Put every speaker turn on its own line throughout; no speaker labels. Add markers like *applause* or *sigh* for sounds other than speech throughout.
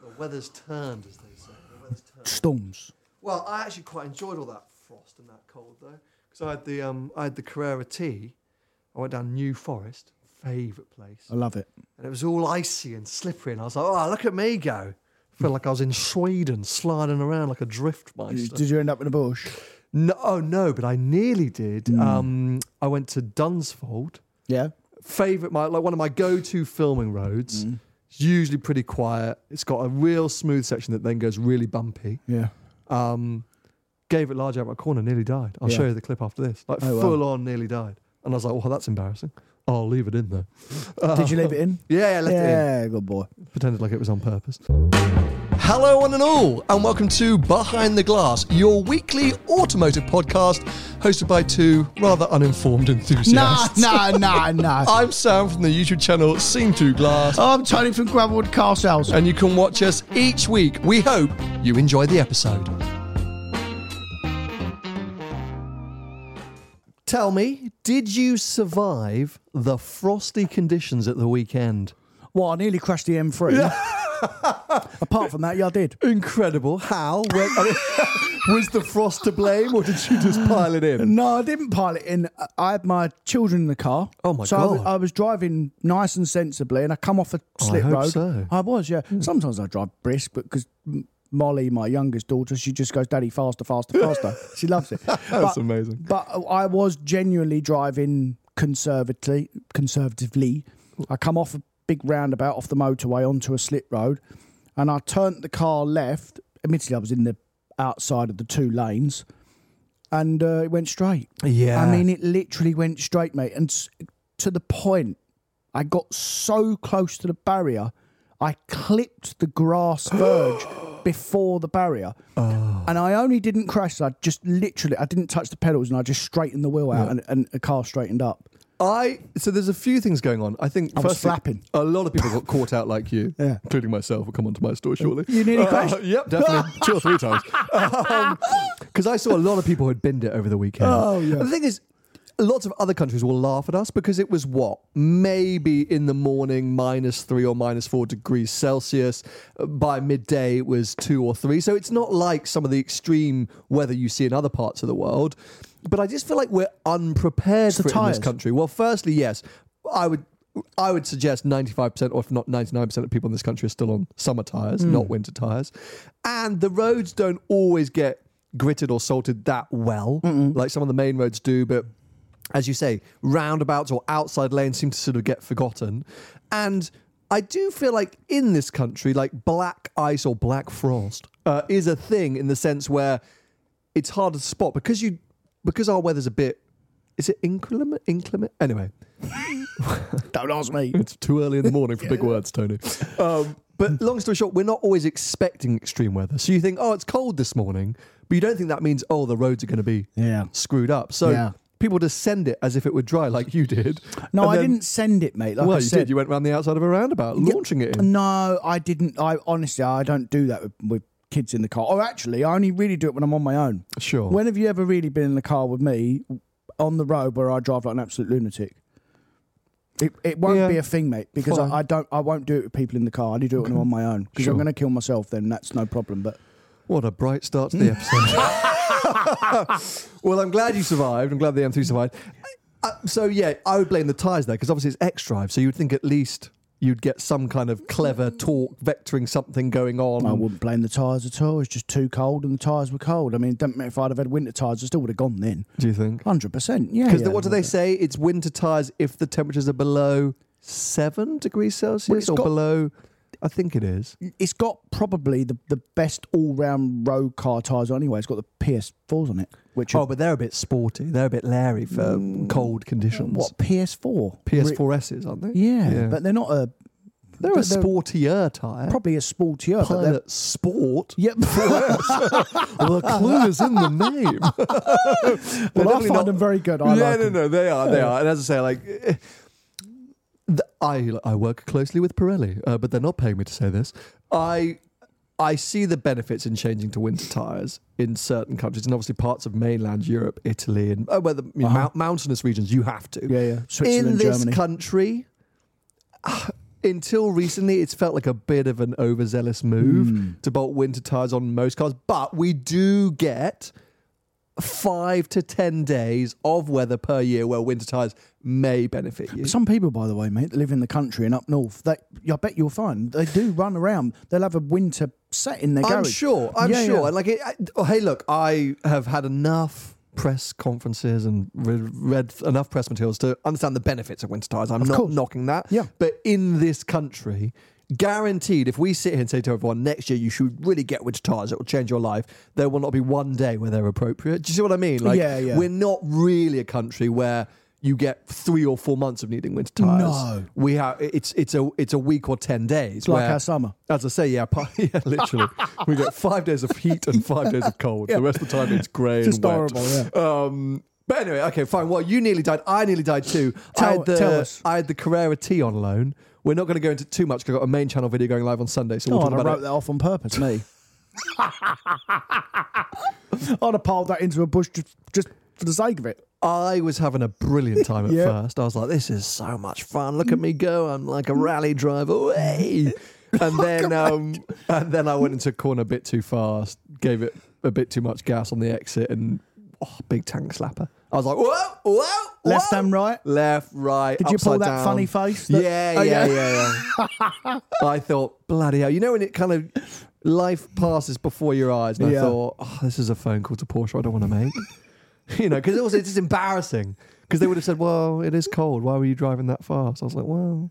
The weather's turned, as they say. The weather's turned.
Storms.
Well, I actually quite enjoyed all that frost and that cold though, because I had the um, I had the Carrera tea. I went down New Forest, favourite place,
I love it.
and it was all icy and slippery, and I was like, oh, look at me go. Felt like I was in Sweden, sliding around like a drift
Did you,
meister.
did you end up in a bush?
No, oh no, but I nearly did.
Hmm.
Um, I went to Dunsfold.
Yeah.
favorite my like one of my go-to filming roads.
Hmm.
It's usually pretty quiet. It's got a real smooth section that then goes really bumpy.
Yeah.
Um, gave it large out my corner, nearly died. I'll show
Yeah.
you the clip after this. Like
Oh, wow.
full on, nearly died. And I was like, "Oh, that's embarrassing. I'll leave it in there."
Did you leave it in?
Yeah, Uh, *laughs* yeah, I left it in.
yeah, good boy.
pretended like it was on purpose. Hello, one and all, and welcome to Behind the Glass, your weekly automotive podcast hosted by two rather uninformed
Nah,
enthusiasts. *laughs*
nah, nah, nah.
I'm Sam from the YouTube channel Scene Through Glass.
I'm Tony from Gravelwood Car Sales.
and you can watch us each week. We hope you enjoy the episode. Tell me, did you survive the frosty conditions at the weekend?
Well, I nearly crashed
*laughs*
the M3. Apart from that, yeah, I did.
Incredible. How? When, I mean, *laughs* was the frost to blame, or did you just pile it in?
*laughs* No, I didn't pile it in. I had my children in the car.
Oh, my
so I was-
God.
I, was driving nice and sensibly, and I come off a
I
slip
hope
road.
so. Hmm.
I was, yeah. Sometimes I drive brisk, but because Molly, my youngest daughter, she just goes, "Daddy, faster, faster,
*laughs*
faster." she loves it. That's
amazing.
But I was genuinely driving conservatively. Conservatively, I come off a big roundabout off the motorway onto a slip road, and I turned the car left. Admittedly, I was in the outside of the two lanes, and uh, it went straight.
Yeah.
I mean, it literally went straight, mate, and s- to the point. I got so close to the barrier, I clipped
*gasps*
the grass verge before the barrier.
Oh.
And I only didn't crash. I just literally, I didn't touch the pedals, and I just straightened the wheel out, and, and the car straightened up.
I so there's a few things going on. I think
I was
firstly,
flapping.
A lot of people got caught out like you,
*laughs* Yeah.
including myself. We'll come on to my story shortly. Uh,
You nearly crashed?
*laughs* Yep,
*laughs*
definitely two or three times. Because I saw a lot of people who'd binned it over the weekend.
Oh, yeah.
And the thing is, lots of other countries will laugh at us because it was what maybe in the morning minus three or minus four degrees Celsius. By midday, it was two or three. So it's not like some of the extreme weather you see in other parts of the world. But I just feel like we're unprepared
the
for it in this
tyres.
country. Well, firstly, yes, I would. I would suggest 95% or if not 99% of people in this country are still on summer tyres, not winter tyres. And the roads don't always get gritted or salted that well, like some of the main roads do. But as you say, roundabouts or outside lanes seem to sort of get forgotten. And I do feel like in this country, like black ice or black frost uh, is a thing in the sense where it's harder to spot because you because our weather's a bit is it inclement inclement anyway
Don't ask
*laughs*
me.
it's too early in the morning for big words,
*laughs*
Tony. Um,
Hmm.
but long story short, we're not always expecting extreme weather. So you think, oh, it's cold this morning, but you don't think that means, oh, the roads are going to be
Yeah.
screwed up. So
Yeah.
people just send it as if it were dry, like you did.
No,
And
I
then-
didn't send it, mate. Like
well, *laughs*
I
you
said,
did. You went round the outside of a roundabout, launching it in.
No, I didn't. I honestly, I don't do that with, with kids in the car. Or actually, I only really do it when I'm on my own.
Sure.
When have you ever really been in the car with me on the road where I drive like an absolute lunatic? It, it won't
Yeah.
be a thing, mate, because
Fine.
I, I don't. I won't do it with people in the car. I only do it when I'm on my own because I'm going to kill myself. Then that's no problem. But
What a bright start to the episode. well, I'm glad you survived. I'm glad the M3 survived. Uh, so, yeah, I would blame the tyres there because obviously it's X drive. So you'd think at least you'd get some kind of clever talk, vectoring something going on.
I wouldn't blame the tyres at all. It's just too cold, and the tyres were cold. I mean, it doesn't matter if I'd have had winter tyres, I still would have gone then.
do you think?
Hundred percent, yeah.
Because
yeah,
what do they say? It's winter tires if the temperatures are below seven degrees Celsius
it's
or
got-
below. I think it is.
It's got probably the, the best all round road car tyres anyway. It's got the PS4s on it, which are
Oh, but they're a bit sporty. They're a bit leery for cold conditions.
what PS4,
PS4s, aren't they?
Yeah, but they're not a
they're a
they're- they're
sportier tire.
probably a sportier. But they're,
Uh, Pilot Sport. *laughs*
yep.
the clue is in
*laughs*
the name. *laughs* They're
well, I
definitely
find
not-
them very good. I
yeah,
like
no,
them.
no, they are, they are. And as I say, like, eh, th- I I work closely with Pirelli, uh, but they're not paying me to say this. I I see the benefits in changing to winter tires in certain countries, and obviously parts of mainland Europe, Italy, and uh, where the you know, mount- mountainous regions, you have to.
Uh-huh. Yeah, yeah.
in
Switzerland,
this
Germany.
country. Until recently, it's felt like a bit of an overzealous move to bolt winter tires on most cars, but we do get five to ten days of weather per year where winter tires may benefit you.
Some people, by the way, mate, that live in the country and up north, they, I bet you'll find they do run around. They'll have a winter set in their
I'm
garage.
sure. I'm
Yeah,
sure.
yeah.
And Like, it, I, oh, hey, look, I have had enough press conferences and re- read enough press materials to understand the benefits of winter tires. I'm not
course.
knocking that.
Yeah.
But in this country, guaranteed, if we sit here and say to everyone next year you should really get winter tires, it will change your life. There will not be one day where they're appropriate. Do you see what I mean? Like,
Yeah, yeah.
we're not really a country where. You get three or four months of needing winter tires.
No.
we have it's it's a it's a week or ten days.
like
where-
our summer.
as I say, yeah, *laughs* apart, yeah, literally, we get five days of heat and five days of cold. The rest of the time, it's grey
Just
and wet.
horrible, yeah.
Um, but anyway, okay, fine. Well, you nearly died. I nearly died too. I
Tell-
had the,
tell us.
I had the Carrera T on loan. We're not going to go into too much because I've got a main channel video going live on Sunday, so we'll
Oh,
talk
and I
about
wrote
it.
that off on purpose, me. I'd have piled that into a bush just, just for the sake of it.
I was having a
*laughs*
brilliant time at
Yeah.
first. I was like, this is so much fun. Look at me go. I'm like a
Mm.
rally driver.
*laughs*
Way. And then um, and then I went into a corner a bit too fast, gave it a bit too much gas on the exit and oh, big tank slapper. I was like, whoa, whoa.
Left
whoa."
and right?
Left, right.
Did you pull
upside
that
down.
funny face that-
Yeah,
Oh,
yeah,
yeah.
yeah,
*laughs*
yeah. I thought, bloody hell. You know when it kind of life passes before your eyes, and I
Yeah.
thought, oh, this is a phone call to Porsche I don't want to make *laughs* you know, because also it's just embarrassing because they would have said, "Well, it is cold. Why were you driving that fast?" I was like, "Well,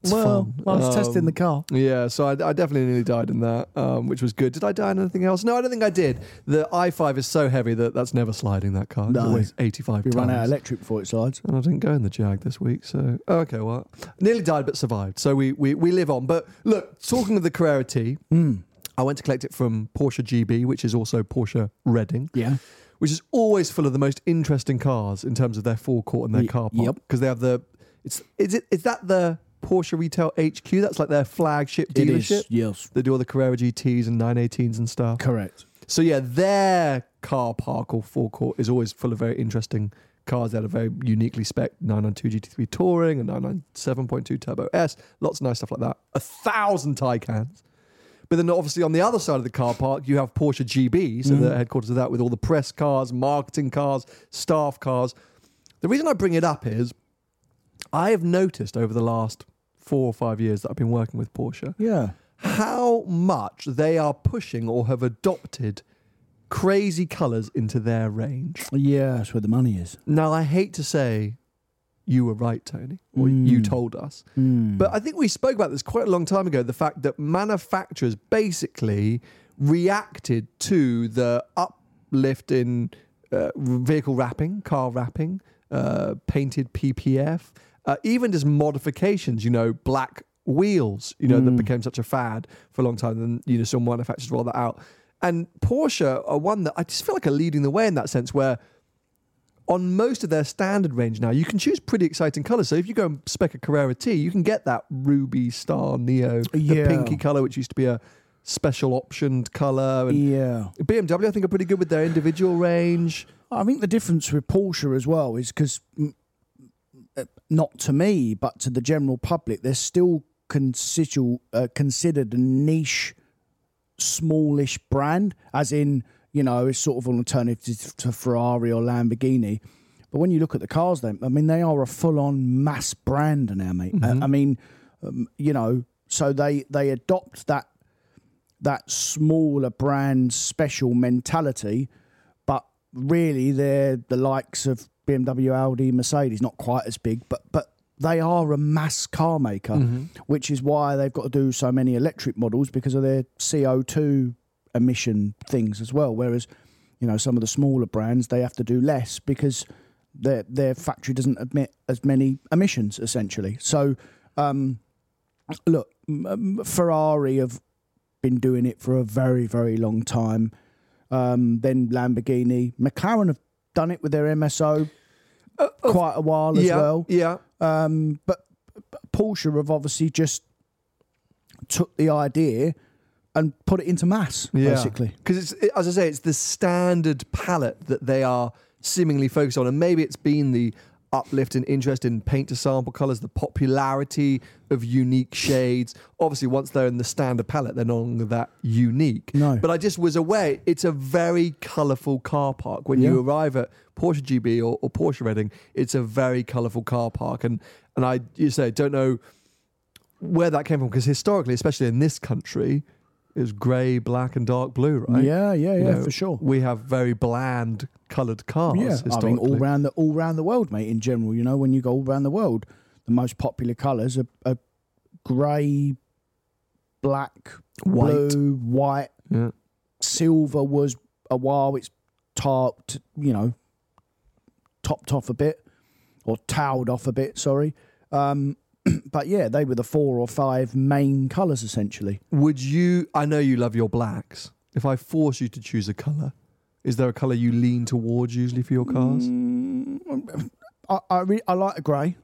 it's
well,
fun."
I was testing
Um,
the car.
Yeah, so I, I definitely nearly died in that, um, which was good. Did I die in anything else? No, I don't think I did. The i5 is so heavy that that's never sliding that car.
No.
It weighs 85
We
tons.
run out of electric before it slides.
and I didn't go in the Jag this week, so oh, okay. Well, nearly died but survived. So we we, we live on. But look, talking of the Carrera T, I went to collect it from Porsche GB, which is also Porsche Reading
Yeah.
which is always full of the most interesting cars in terms of their forecourt and their
Ye-
car park.
yep.
Because they have the it's is it is that the Porsche Retail HQ? That's like their flagship
It
dealership.
is. Yes.
They do all the Carrera GTs and 918s and stuff.
Correct.
So yeah, their car park or forecourt is always full of very interesting cars. They had a very uniquely spec 992 GT3 Touring and 997.2 Turbo S. Lots of nice stuff like that. A thousand Taycans. But then obviously on the other side of the car park, you have Porsche GB, so the headquarters of that with all the press cars, marketing cars, staff cars. The reason I bring it up is I have noticed over the last four or five years that I've been working with Porsche
Yeah.
how much they are pushing or have adopted crazy colors into their range.
Yeah, that's where the money is.
Now, I hate to say you were right, Tony, or you told us, but I think we spoke about this quite a long time ago the fact that manufacturers basically reacted to the uplift in uh, vehicle wrapping, car wrapping, uh, painted PPF, uh, even just modifications, you know, black wheels, you know, that became such a fad for a long time. And, you know, some manufacturers roll that out. And Porsche are one that I just feel like are leading the way in that sense where on most of their standard range now, you can choose pretty exciting colors. So if you go and spec a Carrera T, you can get that ruby star neo, the
Yeah.
pinky color, which used to be a special optioned color. And
Yeah.
BMW, I think, are pretty good with their individual range.
I think the difference with Porsche as well is because, uh, not to me, but to the general public, they're still consider, uh, considered a niche, smallish brand, as in, you know, it's sort of an alternative to Ferrari or Lamborghini. But when you look at the cars, then, I mean, they are a full on mass brand now, mate. Uh, I mean, um, you know. So they they adopt that that smaller brand special mentality, but really they're the likes of BMW, Audi, Mercedes, not quite as big, but but they are a mass car maker, which is why they've got to do so many electric models because of their CO two emission things as well. Whereas, you know, some of the smaller brands they have to do less because their their factory doesn't emit as many emissions essentially. So, um, look, m- m- Ferrari have been doing it for a very very long time. Um, then Lamborghini, McLaren have done it with their MSO quite a while as
Uh, yeah,
well.
yeah.
Um, but Porsche have obviously just took the idea and put it into mass, basically.
Because it's it- as I say, it's the standard palette that they are seemingly focused on, and maybe it's been the uplift in interest in paint to sample colors, the popularity of unique shades. Obviously, once they're in the standard palette, they're no longer that unique.
No.
But I just was away. It's a very colourful car park. When you arrive at Porsche GB or, or Porsche Reading, it's a very colourful car park, and and I you say don't know where that came from because historically, especially in this country, it was grey, black, and dark blue, right?
Yeah, yeah,
You
yeah,
know,
for sure.
We have very bland coloured cars.
yeah, I
historically.
mean, all round the all round the world, mate. In general, you know, when you go all round the world, the most popular colours are, are grey, black,
White.
blue, white.
Yeah.
Silver was a while. It's tarped, you know, topped off a bit or towed off a bit. Sorry, um, *clears throat* but yeah, they were the four or five main colours essentially.
Would you? I know you love your blacks. If I force you to choose a colour, is there a colour you lean towards usually for your cars?
Mm, um, I I, re- I like the grey.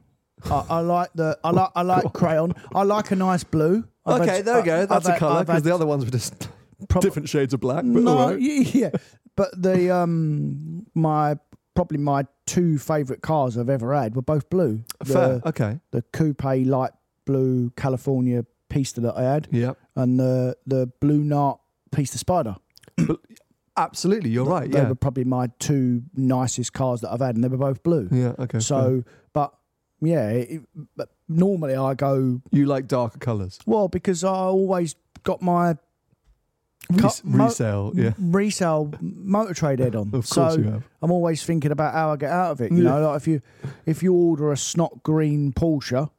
I, I like the I like I like crayon. I like a nice blue. I've
okay,
had-
there we go.
I've
That's a
had-
colour
I've
because
had-
the other ones were just
*laughs*
*laughs*
Prob-
different shades of black. But
no,
all right.
y- yeah, but the um my probably my two favourite cars I've ever had were both blue. The,
fair. Okay.
the coupe light blue California Pista that I had,
Yeah.
and the the blue Nart Pista Spider.
But absolutely, you're right.
They
Oh, Yeah.
were probably my two nicest cars that I've had, and they were both blue.
Yeah. Okay. fair.
So, but yeah, it, but normally I go
you like darker colours?
well because I always got my
Res-
Cut- mo-
resale. Yeah.
resale motor trade head on.
*laughs* Of course
so
you have.
I'm always thinking about how I get out of it. You know, like if you if you order a snot green Porsche,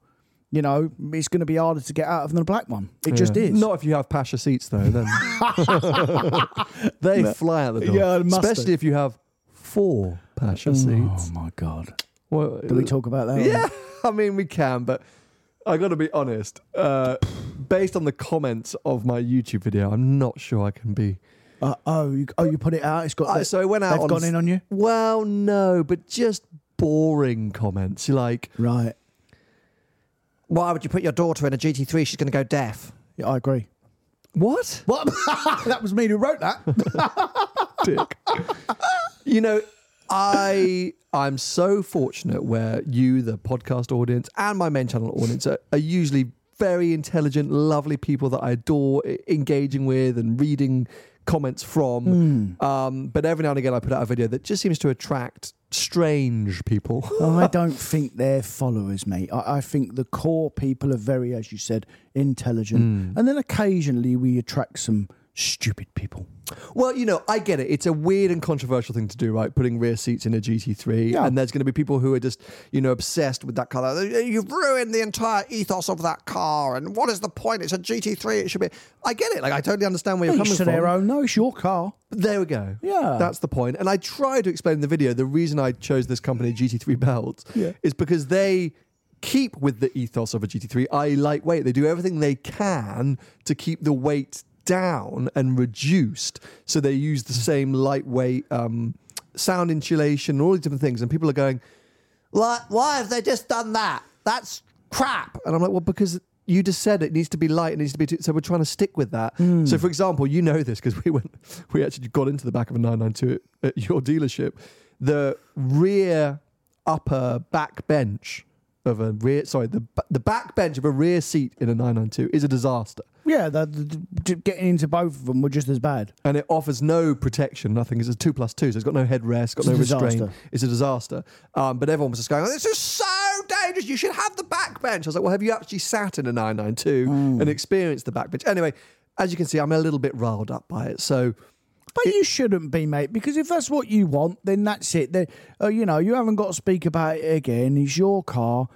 you know it's going to be harder to get out of than a black one. It just
Yeah.
is.
Not if you have Pasha seats, though.
*laughs*
Then they fly out the door.
Yeah, it must
especially
do.
if you have four Pasha
oh
seats.
my god!
Well,
Do we talk about that?
Yeah, I mean we can, but I got to be honest. Uh, based on the comments of my YouTube video, I'm not sure I can be.
Uh, oh, you, oh, you put it out. It's got.
Uh,
the-
so I went out.
They've
on
gone in on you,
Well, no, but just boring comments. You're like,
right?
why would you put your daughter in a GT3? She's going to go deaf.
Yeah, I agree.
What? *laughs*
What? that was me who wrote that.
dick. you know, I I'm so fortunate where you, the podcast audience, and my main channel audience are, are usually very intelligent, lovely people that I adore e- engaging with and reading comments from. Um, but every now and again, I put out a video that just seems to attract strange people. *laughs*
I don't think they're followers, mate. I, I think the core people are very, as you said, intelligent. And then occasionally we attract some stupid people.
Well, you know, I get it. It's a weird and controversial thing to do, right? Putting rear seats in a GT3.
Yeah.
And there's going to be people who are just, you know, obsessed with that colour. You've ruined the entire ethos of that car. And what is the point? It's a GT3. It should be. I get it. Like, I totally understand where you're
Each
coming
to
from.
their own. No, it's your car.
There we go.
Yeah.
That's the point. And I try to explain in the video the reason I chose this company, GT3 Belt, is because they keep with the ethos of a GT3, i.e., lightweight. They do everything they can to keep the weight down and reduced. So they use the same lightweight um, sound insulation, all these different things. And people are going, like, why have they just done that? That's crap. And I'm like, well, because you just said it needs to be light, it needs to be. Too, so we're trying to stick with that. So, for example, you know this because *laughs* we went, we actually got into the back of a 992 at, at your dealership. The rear upper back bench of a rear, sorry, the ba- the back bench of a rear seat in a 992 is a disaster.
Yeah, the, the, the- getting into both of them were just as bad.
and it offers no protection, nothing. It's a two plus two, so it's got no headrest, it's got no
a
restraint.
disaster.
It's a disaster. Um, but everyone was just going, oh, "This is so dangerous! You should have the backbench." I was like, "Well, have you actually sat in a 992
Mm.
and experienced the backbench?" Anyway, as you can see, I'm a little bit riled up by it. So
But you shouldn't be, mate, because if that's what you want, then that's it. Then, uh, you know, you haven't got to speak about it again. It's your car.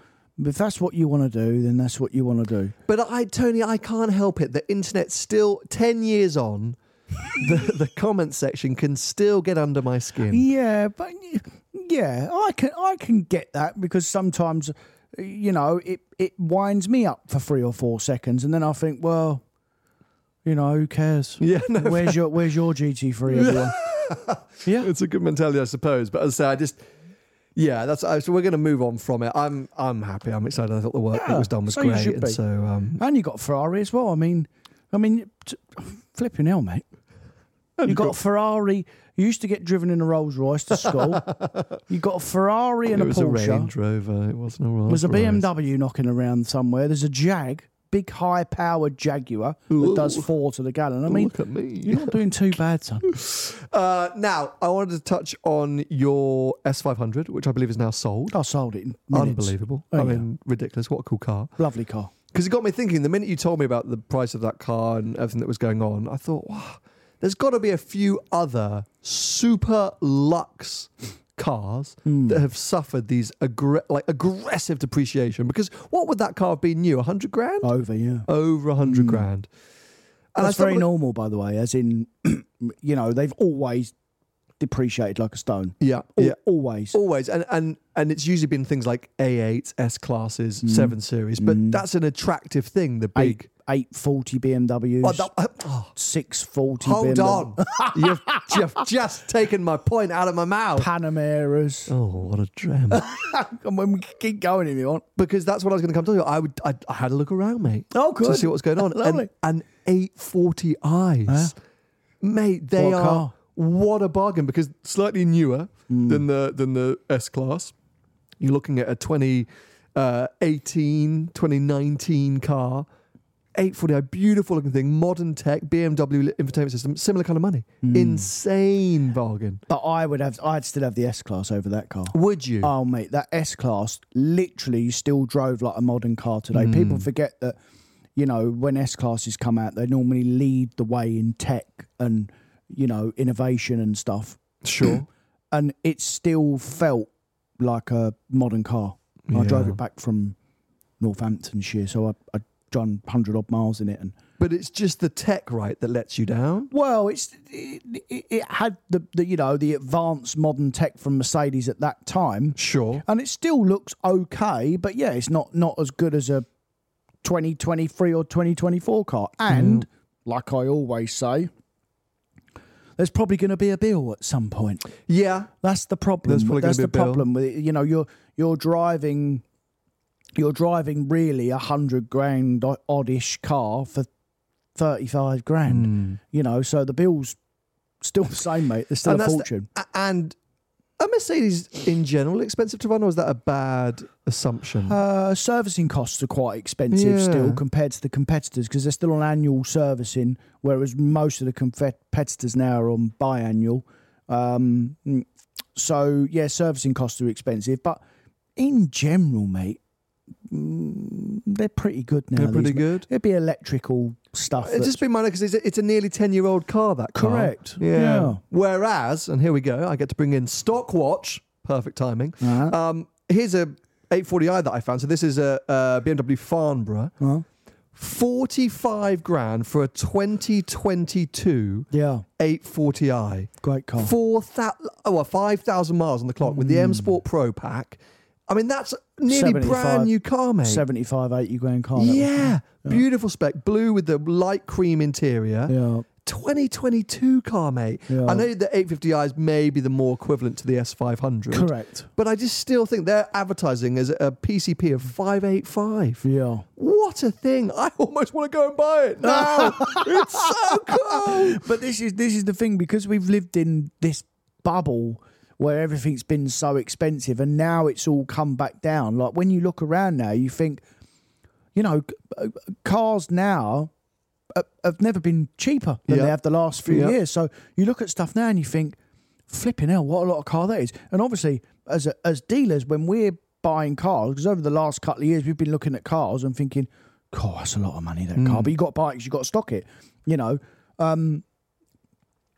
If that's what you want to do, then that's what you want to do.
But I, Tony, I can't help it. The internet still, 10 years on, *laughs* the, the comment section can still get under my skin.
Yeah, but y- yeah, I can I can get that because sometimes, you know, it it winds me up for three or four seconds, and then I think, well, you know, who cares?
*laughs* Yeah, no,
where's your Where's your GT
*laughs*
three, everyone?
Yeah. It's a good mentality, I suppose. But as I say, I just, yeah, that's, I, so we're going to move on from it. I'm, I'm happy. I'm excited. I thought the work that
Yeah,
was done was
so you
great.
should
and
be.
so, um,
and you got Ferrari as well. I mean, I mean, t- flipping hell, mate. You got a Ferrari. You used to get driven in a Rolls Royce
*laughs*
to school. you got a Ferrari and
it
a
was
Porsche.
a Range Rover. It wasn't a Rolls
There's a
Royce.
BMW knocking around somewhere. There's a Jag, big high powered Jaguar that does four to the gallon. I mean,
Look at me.
you're not doing too bad, son.
Uh, now, I wanted to touch on your S500, which I believe is now sold.
I sold it in minutes.
Unbelievable.
Oh,
I
yeah.
mean, ridiculous. What a cool car.
Lovely car.
because it got me thinking the minute you told me about the price of that car and everything that was going on i thought wow there's got to be a few other super luxe cars
Hmm.
that have suffered these aggr- like aggressive depreciation because what would that car have been new 100 grand
Over, yeah.
over 100 grand and
Uh, hmm. That's
I
very
thought-
normal, by the way, as in, *clears throat* you know, they've always depreciated like a stone.
yeah
Al-
yeah
Always.
always and and and it's usually been things like a8 s classes
Hmm.
7 series but that's an attractive thing the big
Eight, 840 BMWs,
Oh, that- oh.
640
Hold
BMW,
*laughs* on. you've, you've just taken my point out of my mouth.
Panameras.
Oh, what a dream.
and when we keep going if you want.
because that's what I was going to come to you. I, would, I, I had a look around, mate.
Oh,
To
good.
see what's going on.
*laughs* Lovely.
And, and 840Is. Mate, they
What a
are.
car. Mm.
What a bargain because slightly newer than the than the S class. You're looking at a 20, uh, 18, 2019 car, 840i, beautiful looking thing, modern tech, BMW infotainment system, similar kind of money.
Mm.
Insane bargain.
But I would have, I'd still have the S Class over that car.
Would you?
Oh mate, that S class literally still drove like a modern car today. People forget that, you know, when S classes come out, they normally lead the way in tech and you know innovation and stuff,
sure.
and it still felt like a modern car. I drove
Yeah.
it back from Northamptonshire, so I, I done hundred odd miles in it, and
but it's just the tech, right, that lets you down.
well, it's it, it, it had the, the you know the advanced modern tech from Mercedes at that time.
Sure.
and it still looks okay but yeah it's not not as good as a 2023 or 2024 car
Hmm.
and like i always say there's probably going to be a bill at some point
Yeah.
that's the problem
There's probably gonna
that's
be a
the
bill.
problem with it you know you're you're driving you're driving really a hundred grand o- oddish car for 35 grand
Hmm.
you know so the bill's still the same mate there's still a
that's the-
fortune
a- and are Mercedes in general expensive to run, or is that a bad assumption?
Uh, servicing costs are quite expensive still
Yeah.
compared to the competitors because they're still on annual servicing, whereas most of the compet- competitors now are on biannual. Um, mm, so yeah, servicing costs are expensive, but in general, mate, mm, they're pretty good now.
They're pretty
these-
good.
It'd be electrical stuff.
It's
that's-
just been minor because it's, a- it's a nearly 10 year old car, that car.
Correct.
Yeah.
Yeah.
Whereas, and here we go, I get to bring in Stock Watch. Perfect timing.
Uh-huh.
Um, here's a 840i that I found. So this is a, uh BMW Farnborough. 45 grand for a 2022
yeah,
840i.
great car.
Four thousand, oh, well, five thousand miles on the clock with the
Hmm.
M Sport Pro pack. I mean, that's nearly
75
brand new car, mate.
75, 80 grand car. that was.
yeah. beautiful spec, blue with the light cream interior.
yeah.
2022 car, mate.
Yeah.
I know the 850i is maybe the more equivalent to the S500.
Correct.
But I just still think they're advertising as a PCP of 585.
Yeah.
What a thing. I almost want to go and buy it
*laughs*
now. it's so cool.
but this is this is the thing because we've lived in this bubble where everything's been so expensive and now it's all come back down like when you look around now you think you know c- uh, cars now uh, have never been cheaper than
Yeah.
they have the last few
Yeah.
years. So you look at stuff now and you think, flipping hell, what a lot of car that is. And obviously, as a, as dealers, when we're buying cars, because over the last couple of years we've been looking at cars and thinking, God, that's a lot of money that
Mm.
car. But you got to buy it 'cause you got to stock it, you know. Um,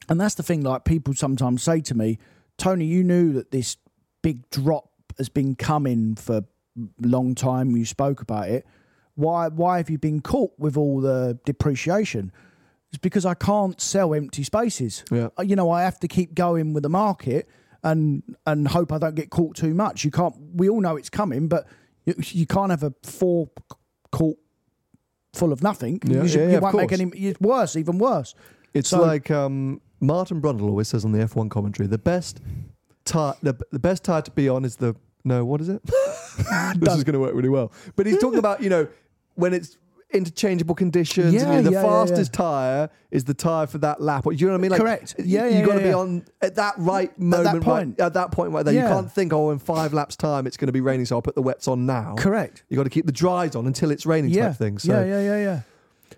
and that's the thing. Like people sometimes say to me, Tony, you knew that this big drop has been coming for a long time. You spoke about it. Why? Why have you been caught with all the depreciation? It's because I can't sell empty spaces.
Yeah.
Uh, You know, I have to keep going with the market and and hope I don't get caught too much. You can't. We all know it's coming, but you, you can't have a four c- caught full of nothing.
Yeah,
you, should-
yeah,
you
yeah, of
won't make
course.
any. It's worse, even worse.
It's
So-
like um, Martin Brundle always says on the F1 commentary: the best tire, the, the best tire to be on is the no. What is it? *laughs* this is going to work really well. But he's talking about you know when it's interchangeable conditions. and, you
Yeah,
know, the
yeah, yeah, yeah.
fastest tire is the tire for that lap. Or, do you know what I mean? Like,
Correct. Yeah,
you
yeah,
got to
yeah,
be
yeah.
on at that right
that
moment. right-
point.
at that point, right there. You
Yeah.
can't think, oh, in five laps' time, it's going to be raining, so I'll put the wets on now.
Correct.
You got to keep the dries on until it's raining.
Yeah.
Type thing. So
yeah. Yeah. Yeah. Yeah.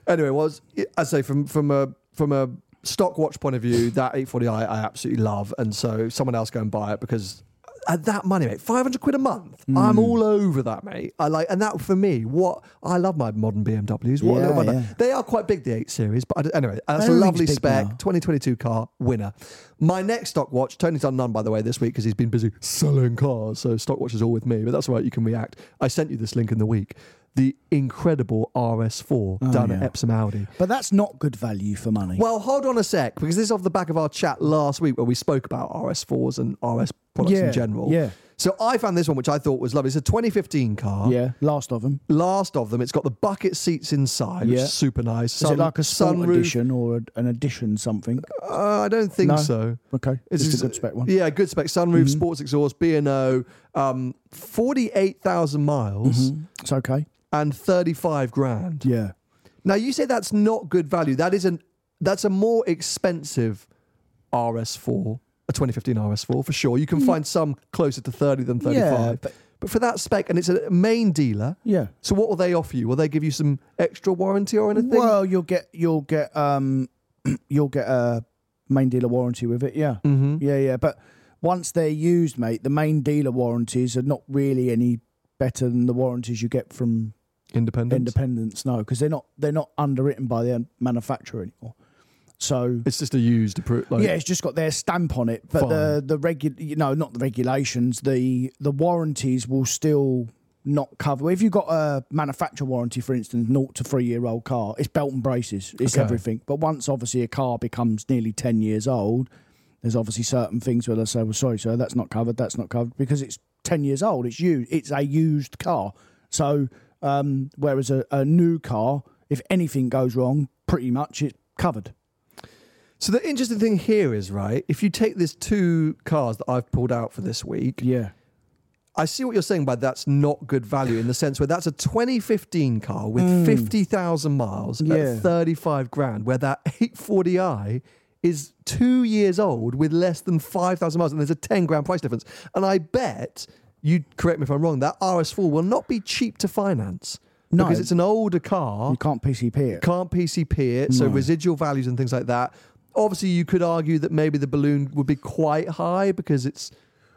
anyway, was I say from from a from a stock watch point of view,
*laughs*
that 840i I absolutely love, and so someone else go and buy it because at that money, mate, 500 quid a month,
Mm.
I'm all over that, mate. I like, and that for me, what I love my modern BMWs. What I
Yeah,
love about
yeah.
that. They are quite big, the 8 Series, but I d anyway, that's a
Everything's
lovely
big
spec,
now.
2022 car winner. My next stock watch, Tony's done none by the way this week because he's been busy selling cars, so stock watch is all with me, but that's all right, you can react. I sent you this link in the week. The incredible RS4 done at
Oh, yeah.
Epsom Audi.
But that's not good value for money.
Well, hold on a sec, because this is off the back of our chat last week where we spoke about RS4s and RS products
Yeah,
in general.
yeah.
So I found this one, which I thought was lovely. It's a 2015 car.
yeah. Last of them.
Last of them. It's got the bucket seats inside, which
Yeah.
is super nice.
Is it like a sport
sunroof.
edition or a- an edition something?
Uh, I don't think
No.
so.
Okay,
It's
it's just
just-
a good spec one. Mm-hmm.
Yeah, good spec. Sunroof, sports exhaust, B&O, um, 48,000 miles
It's okay.
and 35 grand.
Yeah,
Now you say that's not good value. That is an that's a more expensive RS4, a 2015 RS4 for sure. You can find some closer to 30 than 35.
Mm. Yeah,
but,
but-
for that spec, and it's a main dealer.
yeah.
So what will they offer you? Will they give you some extra warranty or anything?
Well, you'll get you'll get um *clears throat* you'll get a main dealer warranty with it. Yeah, mm-hmm. yeah, yeah. But once they're used, mate, the main dealer warranties are not really any better than the warranties you get from
Independent.
independents. No, because they're not they're not underwritten by the manufacturer anymore. So
it's just a used appro- like,
Oh, yeah, it's just got their stamp on it. But the the regu- you know, not the regulations, the the warranties will still not cover. If you've got a manufacturer warranty, for instance, naught to three year old car, it's belt and braces, it's
Okay.
everything. But once obviously a car becomes nearly ten years old, there's obviously certain things where they say, "Well, sorry, sir, that's not covered. That's not covered because it's ten years old. It's used. It's a used car. So um, whereas a, a new car, if anything goes wrong, pretty much it's covered.
So the interesting thing here is, right, if you take these two cars that I've pulled out for this week,
Yeah.
I see what you're saying by that's not good value in the sense where that's a 2015 car with 50,000 miles
Hmm. Yeah.
at 35 grand, where that 840i is two years old with less than 5,000 miles, and there's a 10 grand price difference. And I bet you correct me if I'm wrong. That RS4 will not be cheap to finance
No.
because it's an older car.
You can't PCP it.
Can't PCP it, so residual values and things like that. Obviously, you could argue that maybe the balloon would be quite high because it's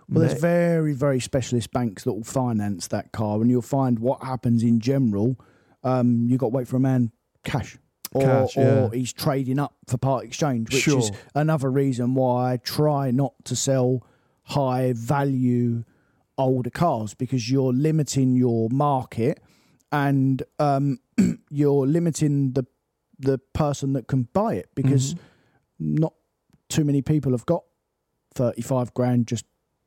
Well, there's very, very specialist banks that will finance that car, and you'll find what happens in general. Um, you got to wait for a man cash, or,
Cash, yeah.
or he's trading up for part exchange, which
Sure.
is another reason why I try not to sell high value older cars because you're limiting your market and um, *clears throat* you're limiting the the person that can buy it because
Mm-hmm.
not too many people have got 35 grand just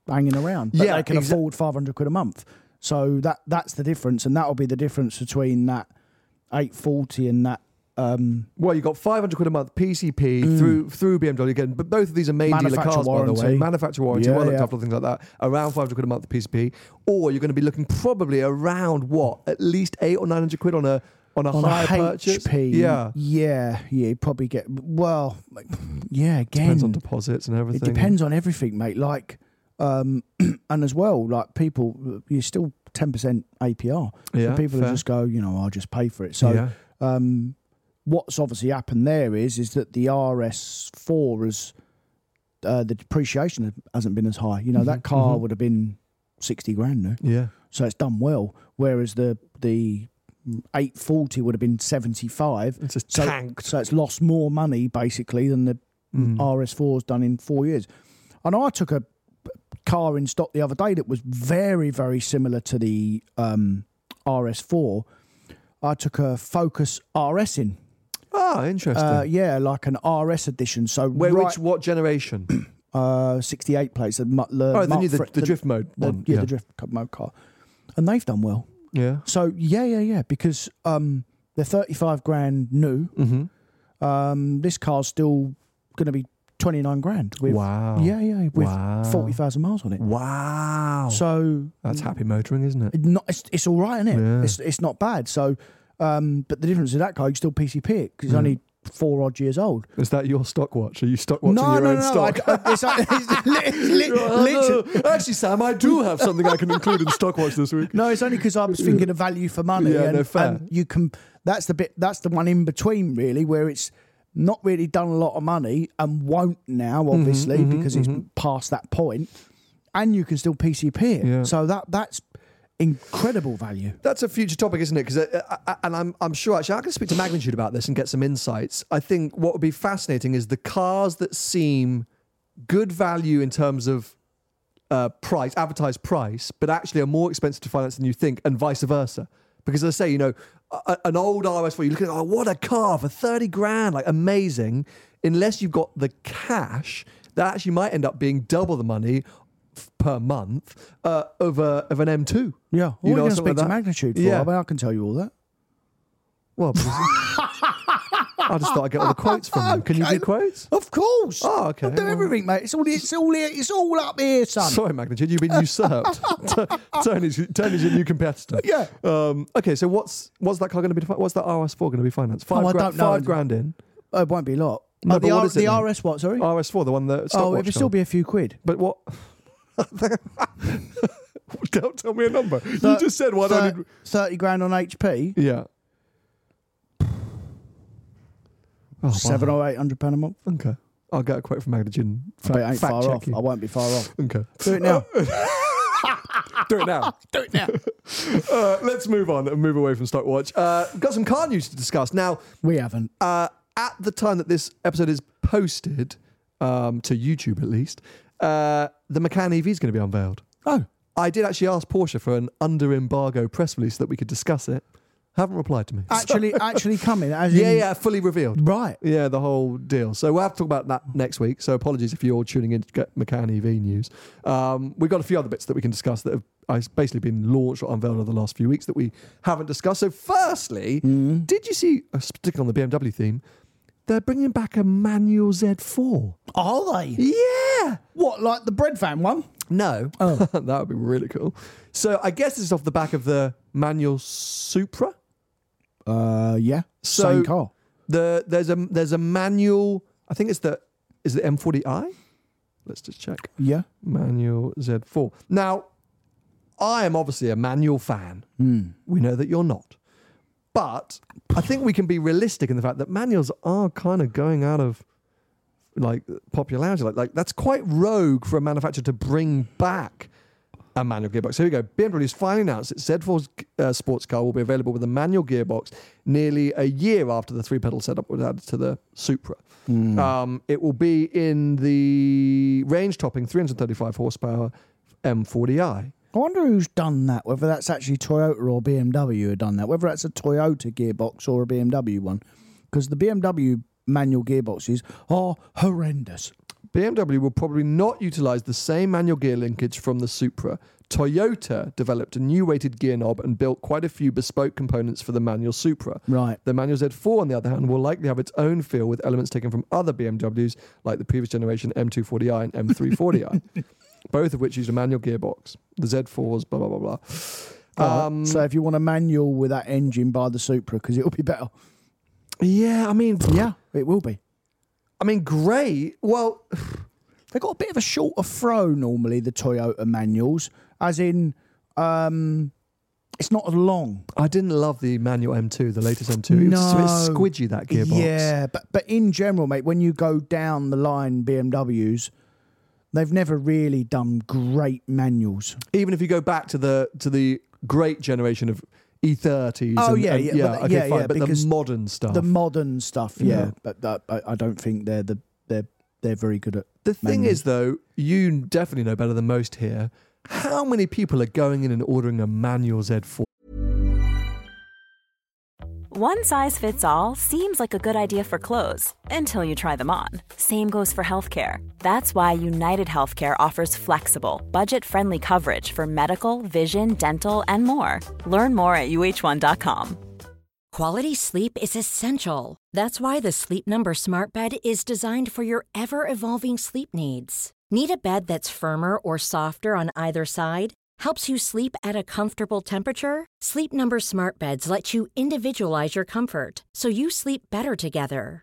hanging around. But
Yeah,
they can
exa-
afford 500 quid a month. So that that's the difference, and that'll be the difference between that 840 and that um,
Well, you got 500 quid a month PCP through through BMW again, but both of these are main dealer
Mm. Manufacturer
cars, by the way.
warranty.
Manufacturer warranty,
Yeah,
well looked
yeah.
after, things like that. Around 500 quid a month PCP, or you're going to be looking probably around what at least eight or 900 quid on a on a
on
higher
a
purchase.
HP.
Yeah,
yeah, yeah. You probably get well, *sniffs* yeah. Again,
depends on deposits and everything.
It depends on everything, mate. Like, um, *clears throat* and as well, like people, you're still ten percent APR. So
Yeah,
people
fair.
just go, you know, I'll just pay for it. So,
Yeah.
um, what's obviously happened there is is that the RS4 has uh, the depreciation hasn't been as high. You know that car would have been sixty grand now,
Yeah.
so it's done well. Whereas the the 840 would have been 75.
It's just
so,
tanked.
So it's lost more money basically than the RS4 has done in four years. And I took a car in stock the other day that was very, very similar to the um, RS4. I took a Focus RS in.
Ah, interesting.
Uh, yeah, like an RS edition. So
Where,
right,
which what generation?
uh, 68 plates. The, mu- the
oh, they
Mark
knew the,
Fre-
the, drift mode
the-
one.
yeah, the drift mode car. And they've done well.
Yeah.
So yeah, yeah, yeah. Because um, they're thirty-five grand new.
Mm-hmm.
Um, this car's still going to be twenty-nine grand. With,
Wow.
Yeah, yeah. With
Wow.
forty thousand miles on it.
Wow.
So
That's happy motoring, isn't it?
it not it's, it's all right, isn't it?
Yeah.
It's it's not bad. So, um, but the difference is that car you can still PCP it because it's
Mm.
only four odd years old.
Is that your stock watch? Are you stock watching
no,
your
no,
own
no,
stock? *laughs*
I, I, it's, it's li- it's li- literally.
Actually, Sam, I do have something I can include in stock watch this *laughs* week.
No, it's only because I was thinking of value for money.
Yeah,
and,
no, fair.
and you can. That's the bit. That's the one in between, really, where it's not really done a lot of money and won't now,
Mm-hmm,
obviously, because it's past that point, and you can still PCP it.
Yeah.
So that that's incredible value.
That's a future topic, isn't it? Because uh, and I'm I'm sure actually I can speak to magnitude about this and get some insights. I think what would be fascinating is the cars that seem good value in terms of uh, price, advertised price, but actually are more expensive to finance than you think, and vice versa. Because as I say, you know, a- a- an old RS4, you look at, it, oh, what a car for 30 grand, like amazing. Unless you've got the cash, that actually might end up being double the money f- per month uh, of, a, of an M2.
Yeah, all you are going
something
to speak
like
to
that.
magnitude for?
Yeah.
I mean, I can tell you all that.
Well,
*laughs*
because- I just thought I'd get all the quotes from you. Can you do
*laughs* Okay.
quotes?
Of course.
Oh, okay,
I'll do
well-
everything, mate. It's all it's all here- it's all up here, son.
Sorry, Magnitude, you've been
*laughs*
usurped. *laughs* T- Tony's, Tony's your new competitor.
Yeah.
Um, okay, so what's what's that car going to be? fi- What's that RS4 going to be financed? Five,
Oh, I
gra-
don't know.
five grand in
Oh, it won't be a lot.
No,
oh, the
but what
R-
is it
the
then?
RS what? Sorry.
RS4, the one that.
oh,
stopwatch
it'll still
car.
be a few quid.
But what? *laughs* don't tell me a number.
Thir-
you just said why
thir-
don't Oh, you?
thirty grand on HP?
Yeah. Oh, wow.
Seven or eight hundred pound a month.
Okay. I'll get a quote from Magnitude. and
But
fa-
it ain't
fact
far
check
off.
you.
I won't be far off.
Okay.
Do it now.
*laughs* Do it
*laughs*
now.
Do it now.
Uh, let's move on and move away from Stockwatch. Uh, we've got some car news to discuss. Now,
We
*laughs*
haven't.
uh, at the time that this episode is posted, um, to YouTube at least, uh, the Macan EV is going to be unveiled.
Oh,
I did actually ask Porsche for an under embargo press release so that we could discuss it. Haven't replied to me. So-
actually, actually coming. As
yeah,
in-
yeah, fully revealed.
Right.
Yeah, the whole deal. So we'll have to talk about that next week. So apologies if you're all tuning in to get McCann EV news. Um, we've got a few other bits that we can discuss that have uh, basically been launched or unveiled over the last few weeks that we haven't discussed. So firstly, did you see, uh, particularly on the BMW theme, they're bringing back a manual Z4.
Are they?
Yeah.
What, like the bread van one?
No. *laughs* that would be really cool. So I guess this is off the back of the manual Supra.
Uh, yeah.
So-
Same car.
The there's a there's a manual. I think it's the is it M40i. Let's just check.
Yeah.
Manual Z4. Now, I am obviously a manual fan. We know that you're not, but I think we can be realistic in the fact that manuals are kind of going out of like popularity. Like, like that's quite rogue for a manufacturer to bring back a manual gearbox. Here we go. BMW's finally announced its Z4 uh, sports car will be available with a manual gearbox nearly a year after the three pedal setup was added to the Supra. Um, it will be in the range topping 335 horsepower M40i.
I wonder who's done that, whether that's actually Toyota or BMW who have done that, whether that's a Toyota gearbox or a BMW one. Because the BMW manual gearboxes are horrendous.
BMW will probably not utilize the same manual gear linkage from the Supra. Toyota developed a new weighted gear knob and built quite a few bespoke components for the manual Supra.
Right.
The manual Z4, on the other hand, will likely have its own feel with elements taken from other BMWs like the previous generation M240i and
*laughs*
M340i, both of which used a manual gearbox. The Z4s, blah, blah, blah, blah.
Um, so if you want a manual with that engine, buy the Supra because it'll be better.
Yeah, I mean,
Yeah, it will be.
I mean, great. Well,
They've got a bit of a shorter throw normally, the Toyota manuals, as in um, It's not as long.
I didn't love the manual M2, the latest M2. It was just a bit
No.
squidgy that gearbox.
Yeah, but but in general, mate, when you go down the line, BMWs, they've never really done great manuals.
Even if you go back to the to the great generation of E30s.
Oh,
and,
yeah,
and-
yeah,
yeah,
but the-
okay,
yeah,
fine.
yeah,
but the
because
modern stuff.
The modern stuff, yeah,
Yeah.
but that, I, I don't think they're the they're they're very good at.
The thing
Manual.
is, though, you definitely know better than most here. How many people are going in and ordering a manual Z4?
One size fits all seems like a good idea for clothes until you try them on. Same goes for healthcare. That's why United Healthcare offers flexible, budget friendly coverage for medical, vision, dental, and more. Learn more at uh1.com.
Quality sleep is essential. That's why the Sleep Number Smart Bed is designed for your ever evolving sleep needs. Need a bed that's firmer or softer on either side? Helps you sleep at a comfortable temperature? Sleep Number Smart Beds let you individualize your comfort so you sleep better together.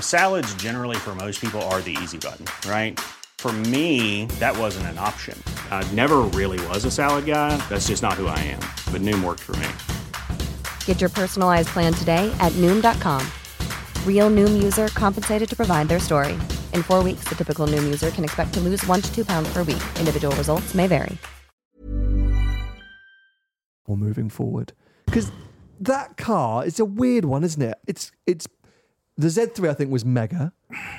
Salads, generally, for most people, are the easy button, right? For me, that wasn't an option. I never really was a salad guy. That's just not who I am. But Noom worked for me.
Get your personalized plan today at Noom.com. Real Noom user compensated to provide their story. In four weeks, the typical Noom user can expect to lose one to two pounds per week. Individual results may vary.
Or moving forward? Because that car is a weird one, isn't it? It's it's the Z3. I think was mega.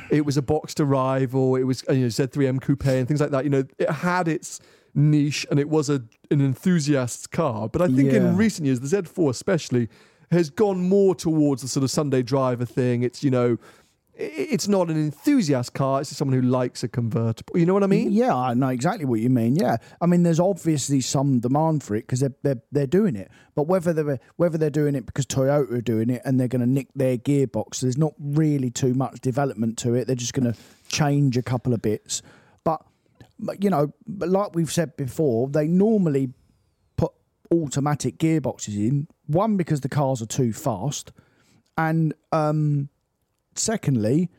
It was a box to rival. It was you know, Z3M coupe and things like that. You know, it had its niche and it was a an enthusiast's car. But I think
Yeah.
in recent years, the Z4 especially has gone more towards the sort of Sunday driver thing. It's you know. i- It's not an enthusiast car. It's just someone who likes a convertible. You know what I mean?
Yeah, I know exactly what you mean. Yeah, I mean, there's obviously some demand for it because they're, they're they're doing it, but whether they're whether they're doing it because Toyota are doing it and they're going to nick their gearbox, there's not really too much development to it. They're just going to change a couple of bits, but, but you know, but like we've said before, they normally put automatic gearboxes in one because the cars are too fast, and um, secondly,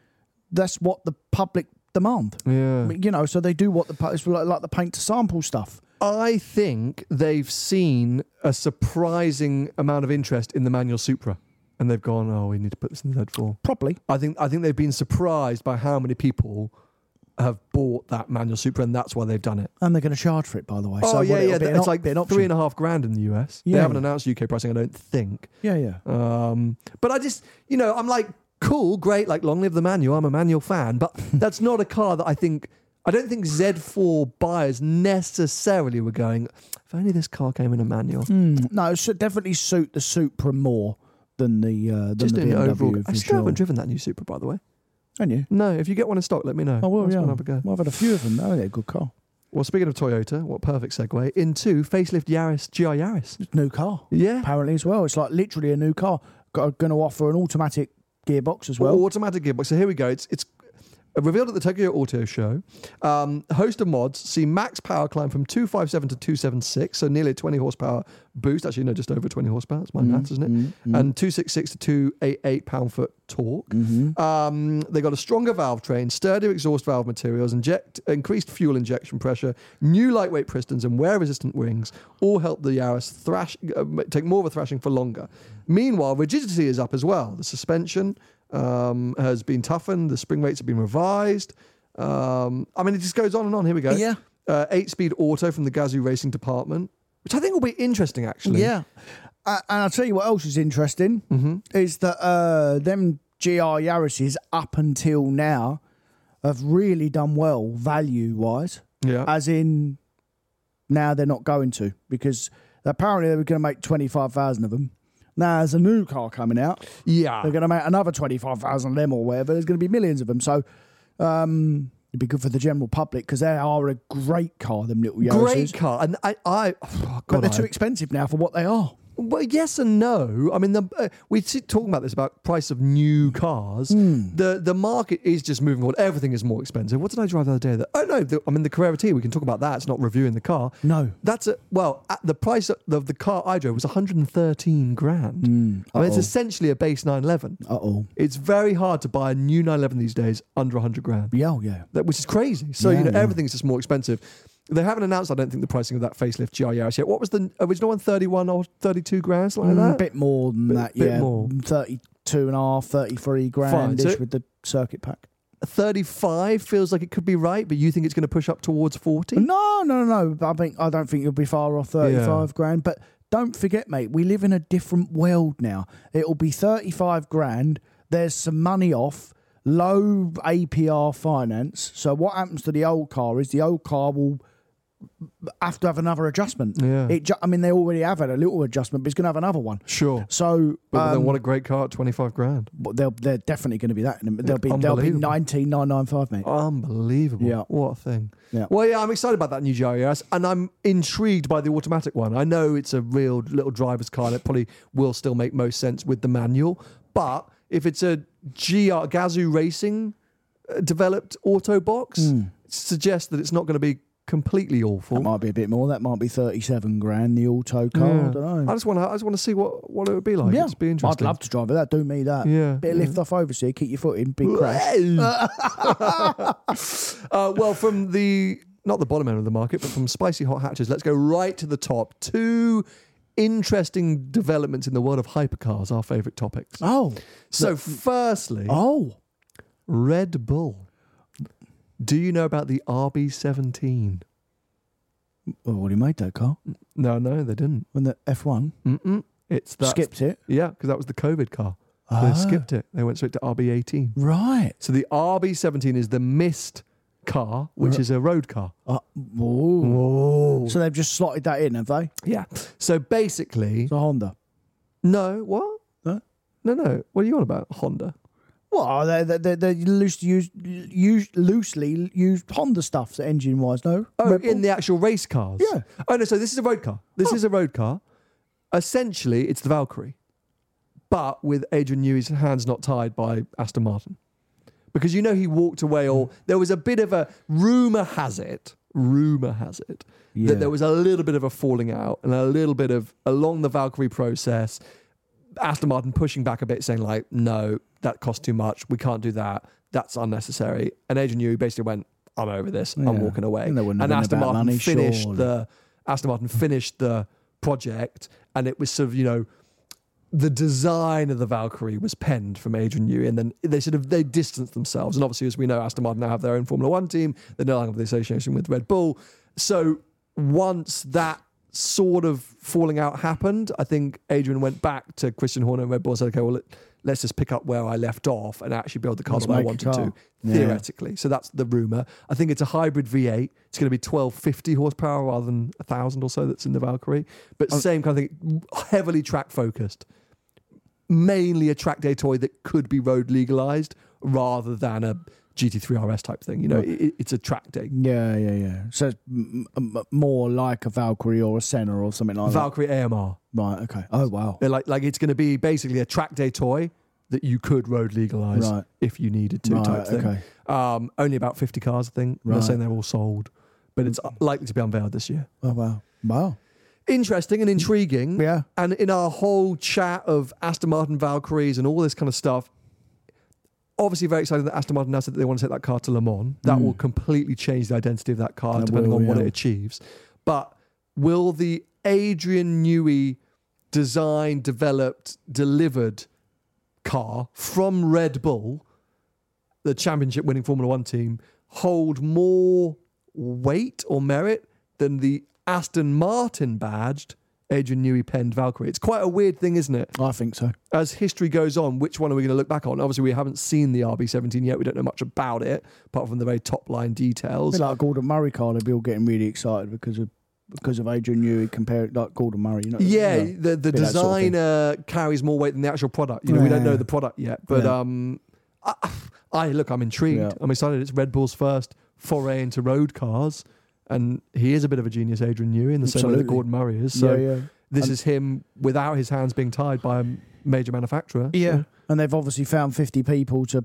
that's what the public demand.
Yeah.
You know, so they do what the pu- it's like, like the paint to sample stuff.
I think they've seen a surprising amount of interest in the manual Supra, and they've gone, "Oh, we need to put this in the Z4."
Probably.
I think I think they've been surprised by how many people have bought that manual Supra, and that's why they've done it.
And they're going to charge for it, by the way. so
oh yeah,
well, it'll
yeah,
be an
it's
op-
like
be an option.
three and a half grand in the US. They
Yeah.
haven't announced UK pricing, I don't think.
Yeah, yeah.
Um, but I just, you know, I'm like, cool, great, like long live the manual. I'm a manual fan,
*laughs*
but that's not a car that I think. I don't think Z4 buyers necessarily were going. If only this car came in a manual.
Mm. No, it should definitely suit the Supra more than the uh, than
Just
the
in
BMW.
overall.
for
I still
sure.
haven't driven that new Supra, by the way.
Haven't you?
No, if you get one in stock, let me know.
Oh well,
That's
yeah.
one I've got.
Well, I've had a few of them. though. they're a good car.
Well, speaking of Toyota, what perfect segue into facelift Yaris GR Yaris.
New car.
Yeah.
Apparently as well. It's like literally a new car. Got going to offer an automatic gearbox as well.
Well, automatic gearbox. So here we go. It's it's revealed at the Tokyo Auto Show. Um, host of mods see max power climb from 257 to 276, so nearly a 20 horsepower boost. Actually, no, just over 20 horsepower.
Mm,
That's my maths, isn't it? And 266 to 288 pound foot torque. Um, they got a stronger valve train, sturdier exhaust valve materials, inject increased fuel injection pressure, new lightweight pistons, and wear-resistant wings. All help the Yaris thrash uh, take more of a thrashing for longer. Meanwhile, rigidity is up as well. The suspension um, has been toughened. The spring rates have been revised. Um, I mean, it just goes on and on. Here we go.
Yeah.
Uh, eight-speed auto from the Gazoo Racing Department, which I think will be interesting. Actually,
Yeah. Uh, and I'll tell you what else is interesting is that uh, them GR Yaris's up until now have really done well value wise.
Yeah.
As in, now they're not going to because apparently they were going to make 25,000 of them. Now there's a new car coming out.
yeah.
They're going to make another 25,000 of them or whatever. There's going to be millions of them. So, um, it'd be good for the general public because they are a great car, them little Yaris.
Great car, and I, I oh, God,
But they're
I-
too expensive now for what they are.
Well, yes and no. I mean, the, uh, we keep talking about this about price of new cars. The the market is just moving on. Everything is more expensive. What did I drive the other day? That oh no, the, I mean the Carrera T. We can talk about that. It's not reviewing the car.
No.
that's a well. At the price of the, the car I drove was 113 grand. I mean, it's essentially a base 911.
Uh oh.
It's very hard to buy a new 911 these days under 100 grand
Yeah, oh, yeah.
that, which is crazy. So
Yeah,
you know
yeah.
everything's just more expensive. They haven't announced, I don't think, the pricing of that facelift GR Yaris yet. What was the original one? Thirty-one or thirty-two grand, something
Mm,
like
a
that.
bit more than that,
bit
yeah.
more.
32 and a half, 33 grand
so-
ish with the circuit pack.
Thirty-five feels like it could be right, but you think it's going to push up towards forty?
No, no, no. no. I think I don't think you'll be far off thirty-five grand. But don't forget, mate, we live in a different world now. It'll be thirty-five grand. There's some money off low APR finance. So what happens to the old car is the old car will have to have another adjustment.
Yeah.
It. Ju- I mean, they already have had a little adjustment, but it's going to have another one.
Sure,
So
but then
um,
what a great car at twenty-five grand!
but they'll, they're definitely going to be that. in a- They'll be they'll be
Unbelievable.
nineteen nine nine five, mate.
Unbelievable!
Yeah.
what a thing.
Yeah.
Well, yeah, I'm excited about that new GR Yaris, and I'm intrigued by the automatic one. I know it's a real little driver's car, and it probably will still make most sense with the manual. But if it's a GR Gazoo Racing uh, developed auto box,
Hmm.
suggests that it's not going to be completely
That
awful.
might be a bit more. That might be thirty-seven grand. The auto car. I don't know.
I just want to, I just want to see what, what it would be like.
yeah,
It's be
I'd
interesting.
love to drive it. That do me that.
Yeah,
bit of lift off overseer. Keep your foot in. Big crash.
uh, well, from the not the bottom end of the market, but from spicy hot hatches, let's go right to the top. Two interesting developments in the world of hypercars, our favourite topics.
Oh,
So, firstly,
oh,
Red Bull. Do you know about the RB17?
well, already made that car
No, no, they didn't.
when the F one
Mm-mm. It's that.
skipped it. Ah.
Yeah, because that was the COVID car. They skipped it. They went straight to RB18.
Right.
So the RB17 is the missed car, which is a road car.
Uh, whoa. So they've just slotted that in, have they?
Yeah. So basically,
It's a Honda.
no, what?
Huh?
No, no. What are you on about? Honda.
Well, they they they, they loosely used used loosely used Honda stuff, so engine wise. No.
Oh,
Red
in
Bull?
the actual race cars.
Yeah. Oh.
Oh no. So this is a road car. This is a road car. Essentially, it's the Valkyrie, but with Adrian Newey's hands not tied by Aston Martin, because you know he walked away.
Hmm.
Or there was a bit of a rumor has it. Rumor has it
Yeah.
that there was a little bit of a falling out and a little bit of along the Valkyrie process. Aston Martin pushing back a bit, saying like, "No, that costs too much. We can't do that. That's unnecessary." And Adrian Newey basically went, "I'm over this. I'm
Yeah.
walking away."
And they wouldn't have been
Aston
about
Martin
money,
finished
surely.
the Aston Martin finished the project, and it was sort of you know the design of the Valkyrie was penned from Adrian Newey, and then they sort of they distanced themselves. And obviously, as we know, Aston Martin now have their own Formula One team. They're no longer the association with Red Bull. So once that sort of falling out happened, I think Adrian went back to Christian Horner and Red Bull and said, "Okay, well, let, let's just pick up where I left off and actually build the car
Let's
that I
make a
wanted
car."
to."
Yeah.
Theoretically, so that's the rumor. I think it's a hybrid V8. It's going to be 1250 horsepower rather than a thousand or so that's in the Valkyrie. But
Oh.
same kind of thing, heavily track focused mainly a track day toy that could be road legalized rather than a GT3 RS type thing. You know, it, it's a track day.
Yeah, yeah, yeah. So it's m- m- m- more like a Valkyrie or a Senna or something like
Valkyrie AMR.
that. Right. Okay. Oh wow.
They're like, like it's going to be basically a track day toy that you could road legalize
Right.
if you needed to
Right,
type thing.
okay.
Um, only about 50 cars, I think. I'm
Right. Mm-hmm.
not saying they're all sold, but it's likely to be unveiled this year.
Oh wow. Wow.
interesting and intriguing.
Mm. Yeah.
And in our whole chat of Aston Martin Valkyries and all this kind of stuff, obviously very excited that Aston Martin now said that they want to take that car to Le Mans. That will completely change the identity of that car
Hmm. That
depending
will,
on what
yeah.
it achieves. But will the Adrian Newey designed, developed, delivered car from Red Bull, the championship winning Formula One team, hold more weight or merit than the Aston Martin badged Adrian Newey penned Valkyrie? It's quite a weird thing, isn't it?
I think so.
As history goes on, which one are we going to look back on? Obviously, we haven't seen the RB17 yet. We don't know much about it, apart from the very top line
A bit
details.
like a Gordon Murray car, they'd be all getting really excited because of because of Adrian Newey compared like Gordon Murray, you know.
Yeah,
you know,
the, the
be that sort of thing.
designer carries more weight than the actual product. You know, we don't
Yeah.
know the product yet, but
Yeah.
um, I, I look, I'm intrigued.
Yeah.
I'm excited. It's Red Bull's first foray into road cars, And he is a bit of a genius, Adrian Newey, in the same way that
Absolutely.
Gordon Murray is. So
Yeah, yeah.
this
And-
is him without his hands being tied by a major manufacturer. So-
And they've obviously found 50 people to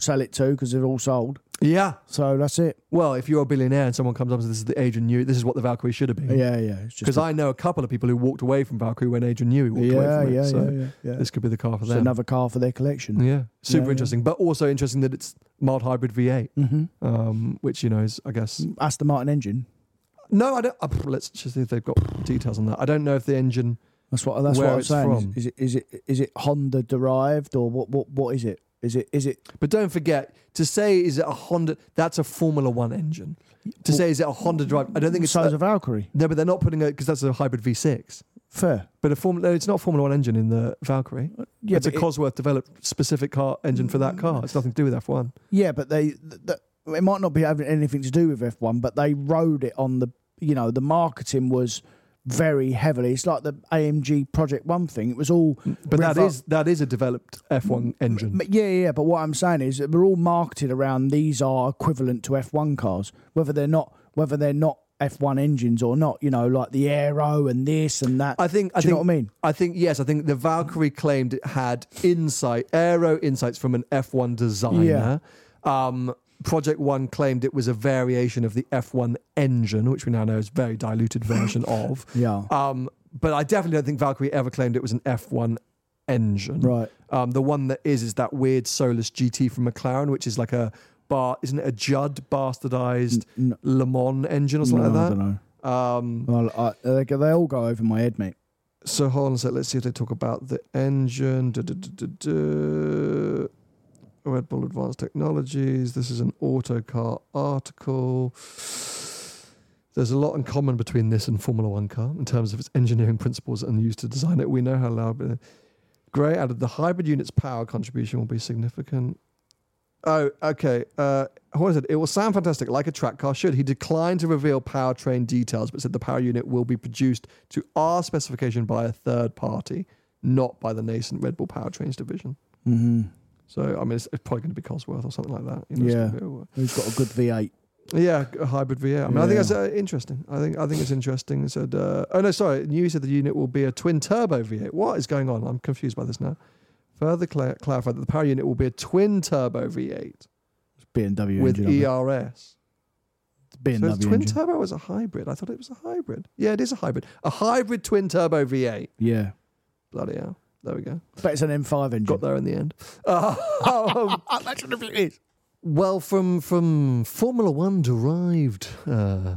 sell it to because they're all sold.
yeah.
So that's it.
Well, if you're a billionaire and someone comes up and says, "This is the Adrian Newey. This is what the Valkyrie should have been."
Yeah, yeah. It's just
Because I know a couple of people who walked away from Valkyrie when Adrian Newey walked
yeah,
away from
yeah,
it. So Mm.
yeah, yeah, yeah.
this could be the car for
It's
them.
another car for their collection.
Yeah, super
yeah. Mm-hmm.
interesting, but also interesting that it's mild hybrid V8, um, which you know is, I guess.
Aston Martin engine.
No, I don't. Uh, let's just see if they've got details on that. I don't know if the engine.
That's what that's
Where
what I'm
it's
saying.
from.
Is, is it is it is it Honda derived or what what what is it? Is it is it
But don't forget to say is it a Honda? That's a Formula One engine. To say is it a Honda drive? I don't think it's.
size
uh,
of Valkyrie?
no, but they're not putting it because that's a hybrid V6.
Fair.
But a Formula, no, it's not a Formula One engine in the Valkyrie.
Uh, yeah,
it's a
but it-
Cosworth developed specific car engine for that car. It's nothing to do with F1.
Yeah, but they th- th- it might not be having anything to do with F1, but they rode it on the you know the marketing was very heavily. It's like the AMG Project One thing. It was all
But that
rev up-
is that is a developed F1 engine.
But yeah, yeah. But what I'm saying is that they're all marketed around these are equivalent to F1 cars, whether they're not whether they're not F1 engines or not. You know, like the Aero and this and that.
I think.
Do
I
you
think,
know what I mean?
I think yes. I think the Valkyrie claimed it had insight, aero insights from an F1 designer. Um, Project One claimed it was a variation of the F1 engine, which we now know is a very diluted
*coughs*
version of.
Yeah.
Um, but I definitely don't think Valkyrie ever claimed it was an F1 engine.
Right.
Um, the one that is is that weird Solus GT from McLaren, which is like a bar, isn't it a Judd bastardized Le Mans engine or something like that? Um,
know. well, I, they, go- they all go over my head, mate.
So hold on a sec. Let's see if they talk about the engine. Duh, duh, duh, duh, duh. Red Bull Advanced Technologies. This is an autocar article. There's a lot in common between this and Formula One car in terms of its engineering principles and used to design it. We know how loud. Gray added the hybrid unit's power contribution will be significant. Oh, okay. Uh, Horner said it will sound fantastic, like a track car should. He declined to reveal powertrain details, but said the power unit will be produced to our specification by a third party, not by the nascent Red Bull powertrains division. Mm-hmm. So, I mean, it's, it's probably going to be Cosworth or something like that. You know, it's
Yeah.
gonna be-
Who's got a good V8?
yeah, a hybrid V8. I mean, I think
Yeah.
that's uh, interesting. I think I think it's interesting. It said, uh, oh no, sorry, New said the unit will be a twin turbo V8. What is going on? I'm confused by this now. Further cla clarified that the power unit will be a twin turbo V8
BMW
with E
engine. I
ERS.
bet.
So
BMW
it's twin
engine.
turbo is a hybrid. I thought it was a hybrid. Yeah, it is a hybrid. A hybrid twin turbo V8.
yeah,
Bloody hell. There we go.
but it's an M5 engine.
Got there in the end. *laughs*
*laughs*
Um,
Imagine if it is.
Well, from from Formula One derived uh,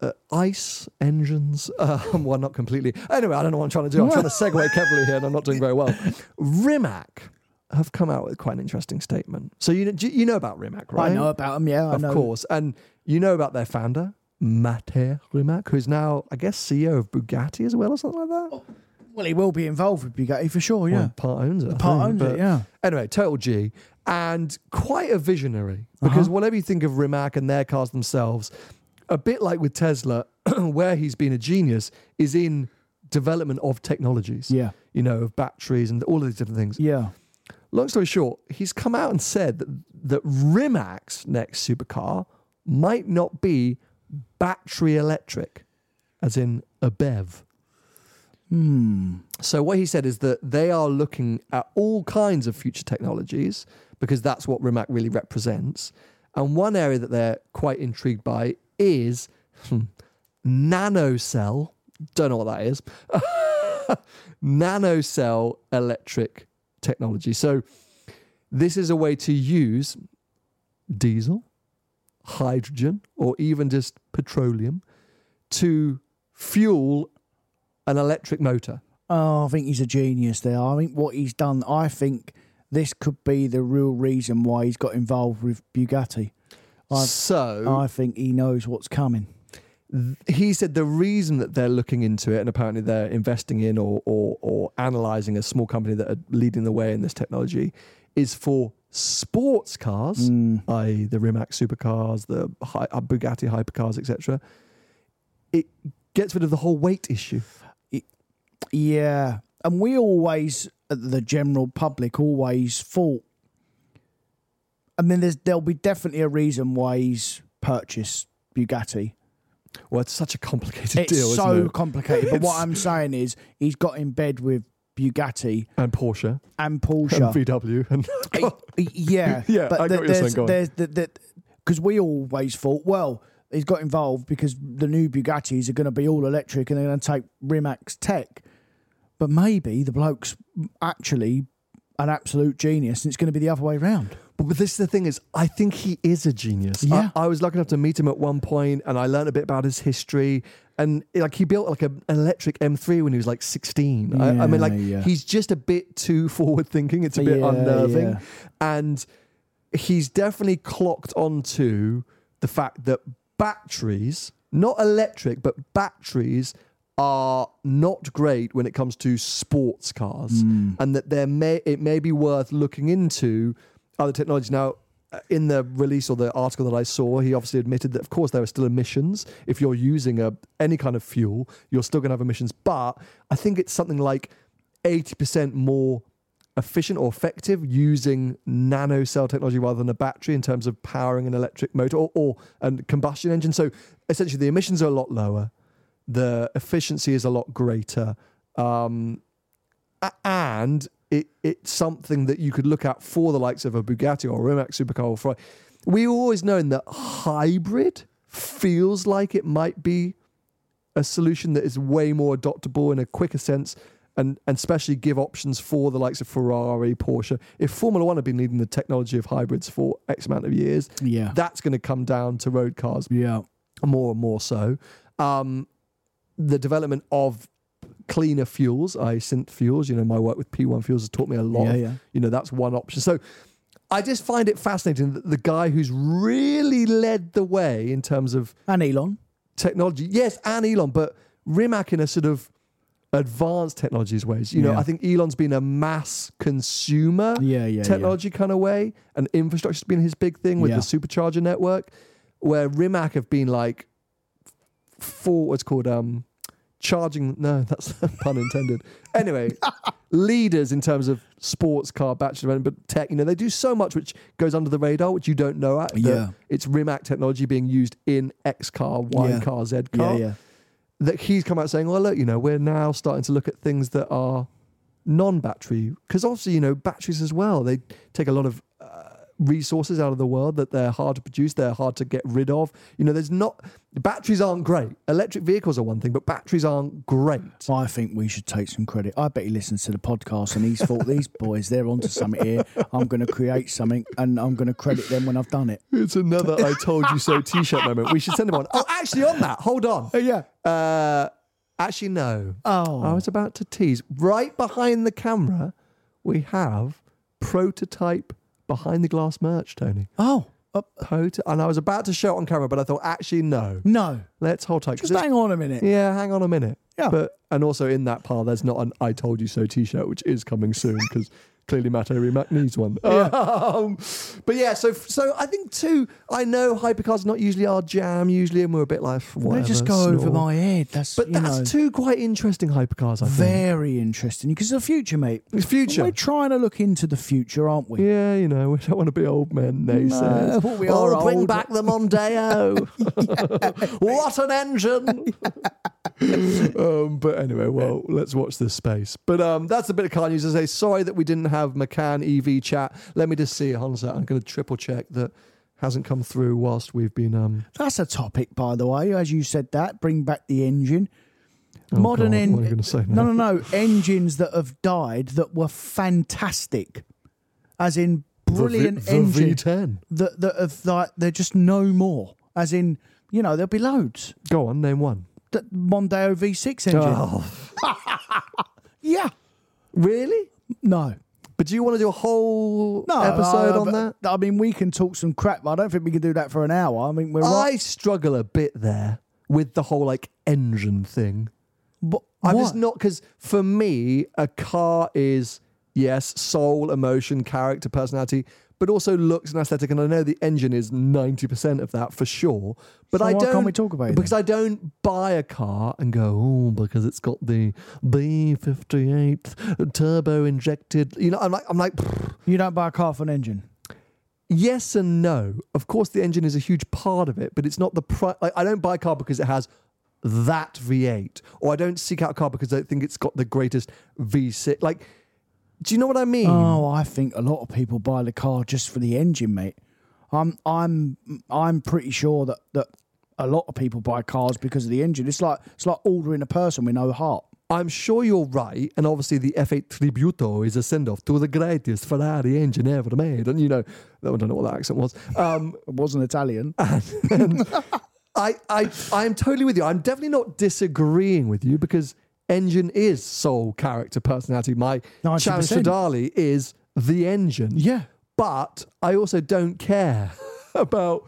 uh, ice engines. *laughs* Um, well, not completely. Anyway, I don't know what I'm trying to do. I'm trying to
*laughs*
segue carefully here, and I'm not doing very well. Rimac have come out with quite an interesting statement. So you know, do you know about Rimac, right?
I know about them. Yeah, I
of
know.
course, and you know about their founder. Matteo Rimac, who's now, I guess, CEO of Bugatti as well, or something like that.
Well, he will be involved with Bugatti for sure. Yeah.
Well, part owns it. I
part
think,
owns it,
but-
yeah.
Anyway, total G and quite a visionary
Uh-huh.
because whatever you think of Rimac and their cars themselves, a bit like with Tesla, *clears throat* where he's been a genius is in development of technologies.
Yeah.
You know, of batteries and all of these different things.
yeah.
Long story short, he's come out and said that, that Rimac's next supercar might not be battery electric, as in a BEV. So what he said is that they are looking at all kinds of future technologies because that's what Rimac really represents. And one area that they're quite intrigued by is hmm, nanocell. Don't know what that is. *laughs* nanocell electric technology. So this is a way to use diesel, hydrogen, or even just petroleum to fuel an electric motor.
Oh, I think he's a genius there. I think what he's done, I think this could be the real reason why he's got involved with Bugatti.
so
I think he knows what's coming.
he said the reason that they're looking into it and apparently they're investing in or, or, or analyzing a small company that are leading the way in this technology is for sports cars,
Mm.
i.e. the Rimac supercars, the Hy- uh, Bugatti hypercars, etc. It gets rid of the whole weight issue.
Yeah. And we always, the general public, always thought. I mean, there's, there'll be definitely a reason why he's purchased Bugatti.
Well, it's such a complicated
It's
deal,
so
isn't it?
complicated. But what I'm saying is, he's got in bed with Bugatti
and Porsche, *laughs* and
and Porsche.
VW, and
*laughs* yeah,
Yeah, I
But
get
there-
what you're saying,
there's
go on.
there's because we always thought, well, he's got involved because the new Bugattis are going to be all electric and they're going to take Rimax tech. But maybe the bloke's actually an absolute genius, and it's going to be the other way round.
But, but this is the thing is, I think he is a genius. I-
Yeah.
I, was lucky enough to meet him at one point, and I learned a bit about his history. And like he built like a, an electric M3 when he was like 16. I, I mean, like
Yeah, yeah.
he's just a bit too forward thinking. It's a bit
Yeah,
unnerving,
yeah.
and he's definitely clocked onto the fact that batteries, not electric, but batteries are not great when it comes to sports cars
Hmm.
and that there may it may be worth looking into other technologies now uh, in the release or the article that I saw he obviously admitted that of course there are still emissions if you're using a any kind of fuel you're still going to have emissions but I think it's something like 80% more efficient or effective using nano cell technology rather than a battery in terms of powering an electric motor or, or a combustion engine. So essentially, the emissions are a lot lower, the efficiency is a lot greater, um, a- and it, it's something that you could look at for the likes of a Bugatti or a Rimac supercar. Or Ferrari. We always known that hybrid feels like it might be a solution that is way more adoptable in a quicker sense and, and especially give options for the likes of Ferrari, Porsche. If Formula One have been leading the technology of hybrids for X amount of years,
Yeah.
that's going to come down to road cars
Yeah,
more and more so. Um, the development of cleaner fuels, i.e. synth fuels, you know, my work with P1 fuels has taught me a lot.
Yeah,
of-
yeah.
You know, that's one option. So I just find it fascinating that the guy who's really led the way in terms of
and Elon.
technology. Yes, and Elon, but Rimac in a sort of advanced technologies ways. You know,
Yeah.
I think Elon's been a mass consumer
Yeah, yeah, yeah.
technology kind of way, and infrastructure's been his big thing with
Yeah.
the supercharger network, where Rimac have been like for what's called um charging no *laughs* that's pun intended
*laughs*
anyway leaders in terms of sports car battery development but tech you know they do so much which goes under the radar which you don't know at that
Yeah.
it's rimac technology being used in x car y
Yeah.
car z car
Yeah, yeah.
that he's come out saying well look you know we're now starting to look at things that are non-battery because obviously you know batteries as well they take a lot of uh, resources out of the world that they're hard to produce they're hard to get rid of you know there's not batteries aren't great electric vehicles are one thing but batteries aren't great
I think we should take some credit. I bet he listens to the podcast and he's thought these *laughs* boys, they're onto something here. I'm going to create something and I'm going to credit them when I've done it.
it's another i told you so t-shirt moment we should send him on oh actually on that hold on
yeah.
uh actually no
Oh.
i was about to tease right behind the camera we have prototype behind the glass merch tony
Oh, uh,
Pot- and I was about to show it on camera, but I thought actually no.
no.
Let's hold tight. 'cause
Just
it's-
hang on a minute.
Yeah, hang on a minute.
Yeah.
But and also in that pile, there's not an "I told you so" T-shirt, which is coming soon
*laughs*
because clearly Matt O'Ree Mac needs one. Um, but yeah, so so I think too. I know hypercars are not usually our jam usually, and we're a bit like
They
whatever.
just go over
snore."
my head. That's,
But
you
that's
know,
two quite interesting hypercars. I think.
very interesting because the future, mate.
It's future.
We're trying to look into the future, aren't we?
Yeah, you know, we don't want to be old men, naysayers.
well, we
oh,
are
bring
old.
back the
*laughs*
Mondeo. *laughs* what an engine. *laughs* um, but anyway, well, let's watch this space. But um, that's a bit of car news. I say, sorry that we didn't have McCann EV chat. Let me just see. Hold on a sec. I'm going to triple check that hasn't come through whilst we've been. Um,
That's a topic, by the way. As you said that, bring back the engine.
Oh,
Modern
God,
engines.
what are you gonna say
No, no, no. engines that have died that were fantastic, as in brilliant
the, v- the
engines
V10.
that that have like they're just no more. As in, you know, there'll be loads.
Go on, name one.
The Mondeo V6 engine.
Oh.
Yeah.
really?
No.
But do you want to do a whole
No
episode
I-
on that?
Oh, I mean, we can talk some crap, but I don't think we can do that for an hour. I mean, we're right.
I struggle a bit there with the whole like engine thing.
But
I'm
what?
just not because for me, a car is yes, soul, emotion, character, personality, but also looks and aesthetic. And I know the engine is 90% of that for sure. But
So
I
why
don't
can't we talk about it
because I don't buy a car and go, oh, because it's got the B58 turbo injected. You know, I'm like, I'm like, pfft,
You don't buy a car for an engine.
Yes and no. Of course, the engine is a huge part of it, but it's not the pri Like, I don't buy a car because it has that V8, or I don't seek out a car because I think it's got the greatest V6. Like, do you know what I mean?
Oh, I think a lot of people buy the car just for the engine, mate. I'm I'm I'm pretty sure that that a lot of people buy cars because of the engine. It's like it's like ordering a person with no heart.
I'm sure you're right, and obviously the F8 Tributo is a send-off to the greatest Ferrari engine ever made, and you know that I don't know what that accent was. Um,
It wasn't
*laughs*
Italian.
I, I, I am totally with you. I'm definitely not disagreeing with you because engine is soul, character, personality. My
90%.
challenge to Dali is the engine.
Yeah.
But I also don't care *laughs* about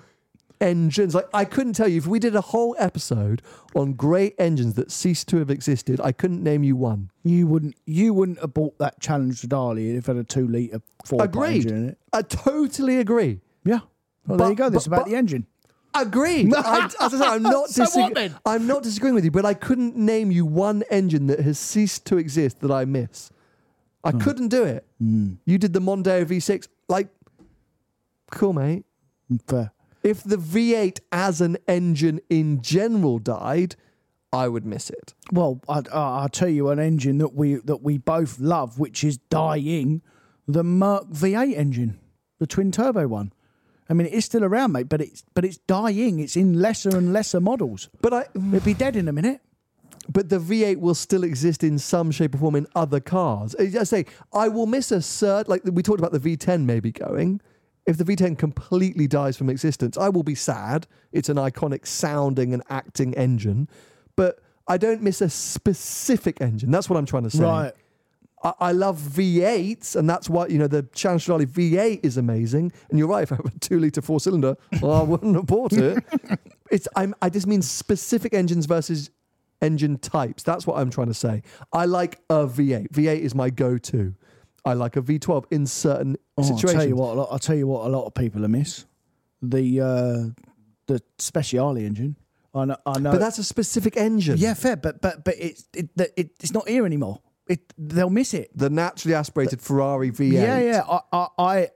engines. Like I couldn't tell you if we did a whole episode on great engines that ceased to have existed. I couldn't name you one.
You wouldn't you wouldn't have bought that challenge to Dali if it had a two litre four
Agreed.
engine in it.
I totally agree.
Yeah. Well, there
But-
you go. This
but-
is about
but-
the engine. *laughs*
Agreed. I, as I said, I'm not,
So what
disagre-
then?
I'm not disagreeing with you, but I couldn't name you one engine that has ceased to exist that I miss. I couldn't do it.
Hmm.
You did the Mondeo V6. Like, cool, mate.
Fair.
If the V8 as an engine in general died, I would miss it.
Well, I, I, I'll tell you an engine that we that we both love, which is dying, the Merc V8 engine, the twin turbo one. I mean, it's still around, mate, but it's but it's dying. It's in lesser and lesser models.
But I,
It'd be dead in a minute.
but the V8 will still exist in some shape or form in other cars. As I say, I will miss a certain, like we talked about the V10 maybe going. If the V10 completely dies from existence, I will be sad. It's an iconic sounding and acting engine, but I don't miss a specific engine. That's what I'm trying to say.
Right.
I, I love V8s, and that's why, you know, the Chancellery V8 is amazing. And you're right, if I had a two litre four cylinder, I wouldn't have bought
*laughs*
it. it's I'm, I just mean specific engines versus engine types. That's what I'm trying to say. I like a V8. V8 is my go to. I like a V12 in certain
Oh, I'll
situations.
tell you what. a lot- I'll tell you what. A lot of people are miss the uh, the Speciale engine. I know. I know.
But that's a specific engine.
uh, yeah, fair. But but but it's it, that- it it's not here anymore. It they'll miss it.
The naturally aspirated Ferrari V8.
Yeah, yeah. I, I,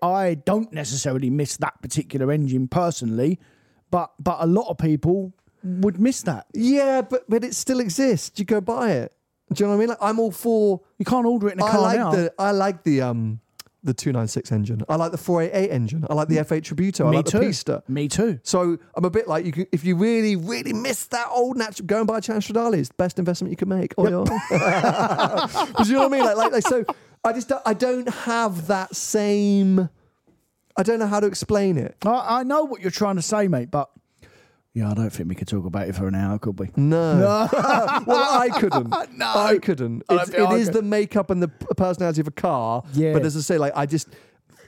I, I don't necessarily miss that particular engine personally, but but a lot of people would miss that.
Yeah, but, but it still exists. You go buy it. Do you know what I mean? Like, I'm all for
You can't order it in a
I
car
like
now.
the I like the um the 296 engine. I like the 488 engine. I like the F8 Tributo. I
Mm. Me
like
too.
the Pista.
Me too.
So I'm a bit like you. Can, if you really, really miss that old natural, go and buy a Chancellor Dali. It's the best investment you can make. Oh,
*laughs*
*laughs* yeah. Because you know what I mean. Like, like, like, so I just don't, I don't have that same. I don't know how to explain it.
I, I know what you're trying to say, mate, but yeah, I don't think we could talk about it for an hour, could we?
No. *laughs* well, I couldn't.
*laughs* No.
I couldn't.
I don't
It's,
think
it
I
is
could.
the makeup and the p- personality of a car.
Yeah.
But as I say, like, I just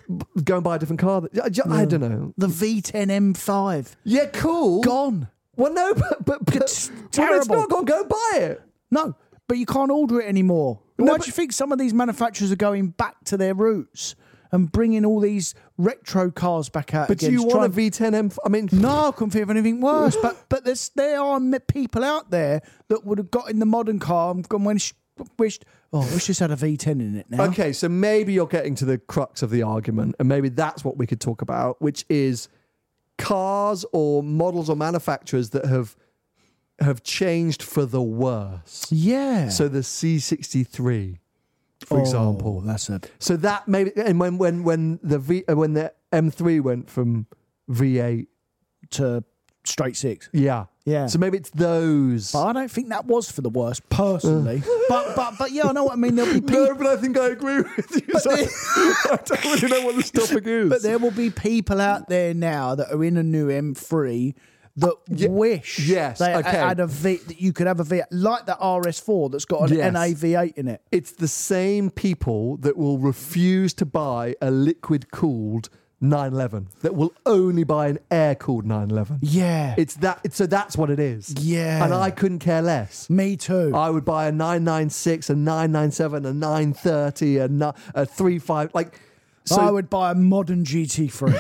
b- go and buy a different car. that- I, ju- I don't know.
The V10 M5
Yeah, cool.
gone.
Well, no, but, but, but
It's
well, it's
terrible.
not gone. Go and buy it.
No, but you can't order it anymore.
No,
Why
but-
do you think some of these manufacturers are going back to their roots and bringing all these retro cars back out?
But do
again
you
to try
want a
and-
V10 M? I mean,
No, I couldn't think of anything worse. But but there's, there are m- people out there that would have got in the modern car and gone when wished oh I wish this had a V10 in it now.
Okay, so maybe you're getting to the crux of the argument, and maybe that's what we could talk about, which is cars or models or manufacturers that have have changed for the worse.
Yeah.
So the C63, for
Oh,
example.
that's a
So that maybe and when when when the V uh, when the M3 went from V8,
to straight six.
yeah,
Yeah.
So maybe it's those.
But I don't think that was for the worst personally. but but but yeah, I know what I
*laughs*
mean. There'll be people.
Uh. no, but I think I agree with you. *laughs* So I don't really know what this topic is.
But there will be people out there now that are in a new M3 that wish
Uh, yes,
they
okay.
had a V that you could have a V like the RS4 that's got an
Yes.
NAV8 in it.
it's the same people that will refuse to buy a liquid cooled 911 that will only buy an air cooled 911.
Yeah.
It's that. It's, so that's what it is.
Yeah.
And I couldn't care less.
Me too.
I would buy a 996, a 997, a 930, a, ni- a 35. Like, so,
I would buy a
*laughs*
modern GT3.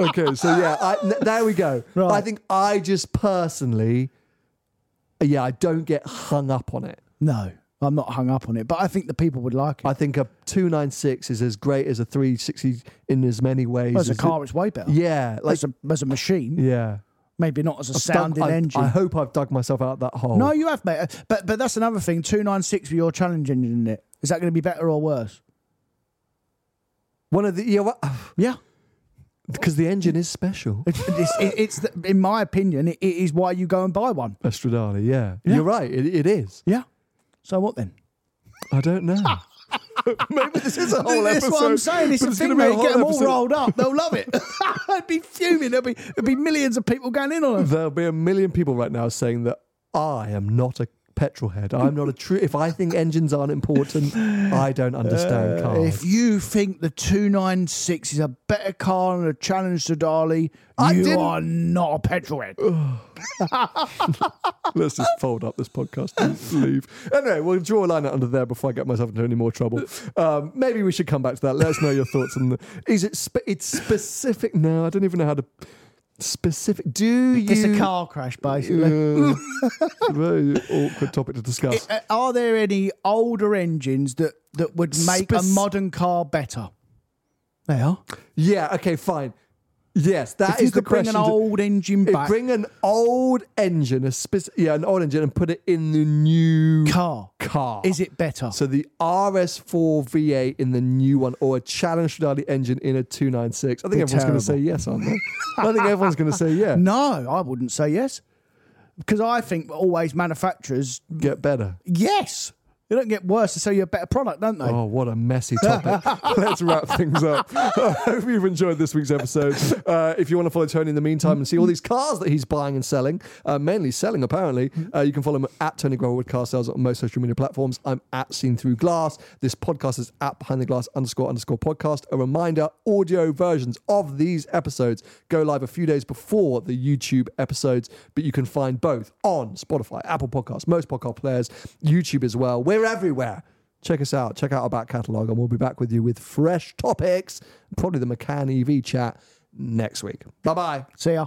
okay, *laughs* so yeah, I, n- there we go.
Right.
I think I just personally, yeah, I don't get hung up on it.
no, I'm not hung up on it, but I think the people would like it.
I think a 296 is as great as a 360 in as many ways.
as
as
a
it-
car, it's way better.
yeah, like
as a as a machine,
yeah.
maybe not as a
I've
sounding
dug- I-
engine.
I hope I've dug myself out that hole.
no, you have, mate. But but that's another thing. Two nine six with your challenge engine in it. Is that going to be better or worse? *laughs*
one of the yeah, *sighs*
Yeah,
because the engine is special.
it's it's, it, it's the, in my opinion, it, it is why you go and buy one.
Estradale, yeah. You're right. It, it is.
Yeah. So what then?
I don't know. *laughs* Maybe this is a whole
Ah. That's
episode.
what I'm saying. It's
but
the
gonna
thing,
be a
mate.
whole
Get them all
episode.
rolled up. They'll
*laughs*
love it. *laughs* I'd be fuming. There'll be, there'll be millions of people going in on them.
There'll be a million people right now saying that I am not a petrol head. I'm not a true. If I think engines aren't important, I don't understand cars.
Uh, If you think the 296 is a better car than a Challenge to Dali,
I
you
didn't-
are not a petrolhead.
Let's just fold up this podcast and leave. Anyway, we'll draw a line out under there before I get myself into any more trouble. Um, maybe we should come back to that. Let us know your thoughts on the. Is it? Spe- it's specific now. I don't even know how to. Specific. Do you?
It's a car crash, basically. *laughs*
Yeah. Very awkward topic to discuss.
Uh, Are there any older engines that, that would make a
Spec-
modern car better? They are.
Yeah. Okay. Fine. Yes, that is
if you
the
could bring an
question to-
old engine
If
back,
Bring an old engine, a speci- yeah, an old engine, and put it in the new
car,
car.
is it better?
So the RS4 V8 in the new one, or a Challenge Stradale engine in a 296. I think everyone's going
terrible.
to say yes, aren't they? I think everyone's going to say yeah.
*laughs* no, I wouldn't say yes. Because I think always manufacturers
Get better.
Yes. They don't get worse to sell you a better product, don't they?
Oh, what a messy topic. Let's wrap things up. *laughs* I hope you've enjoyed this week's episode. Uh, if you want to follow Tony in the meantime and see all these cars that he's buying and selling, uh, mainly selling apparently, uh, you can follow him at Tony Growwood Car Sales on most social media platforms. I'm at Seen Through Glass. This podcast is at Behind the Glass underscore underscore podcast. A reminder audio versions of these episodes go live a few days before the YouTube episodes, but you can find both on Spotify, Apple Podcasts, most podcast players, YouTube as well. We're everywhere check us out. Check out our back catalogue, and we'll be back with you with fresh topics, probably the McCann EV chat E next week. Bye bye.
See ya.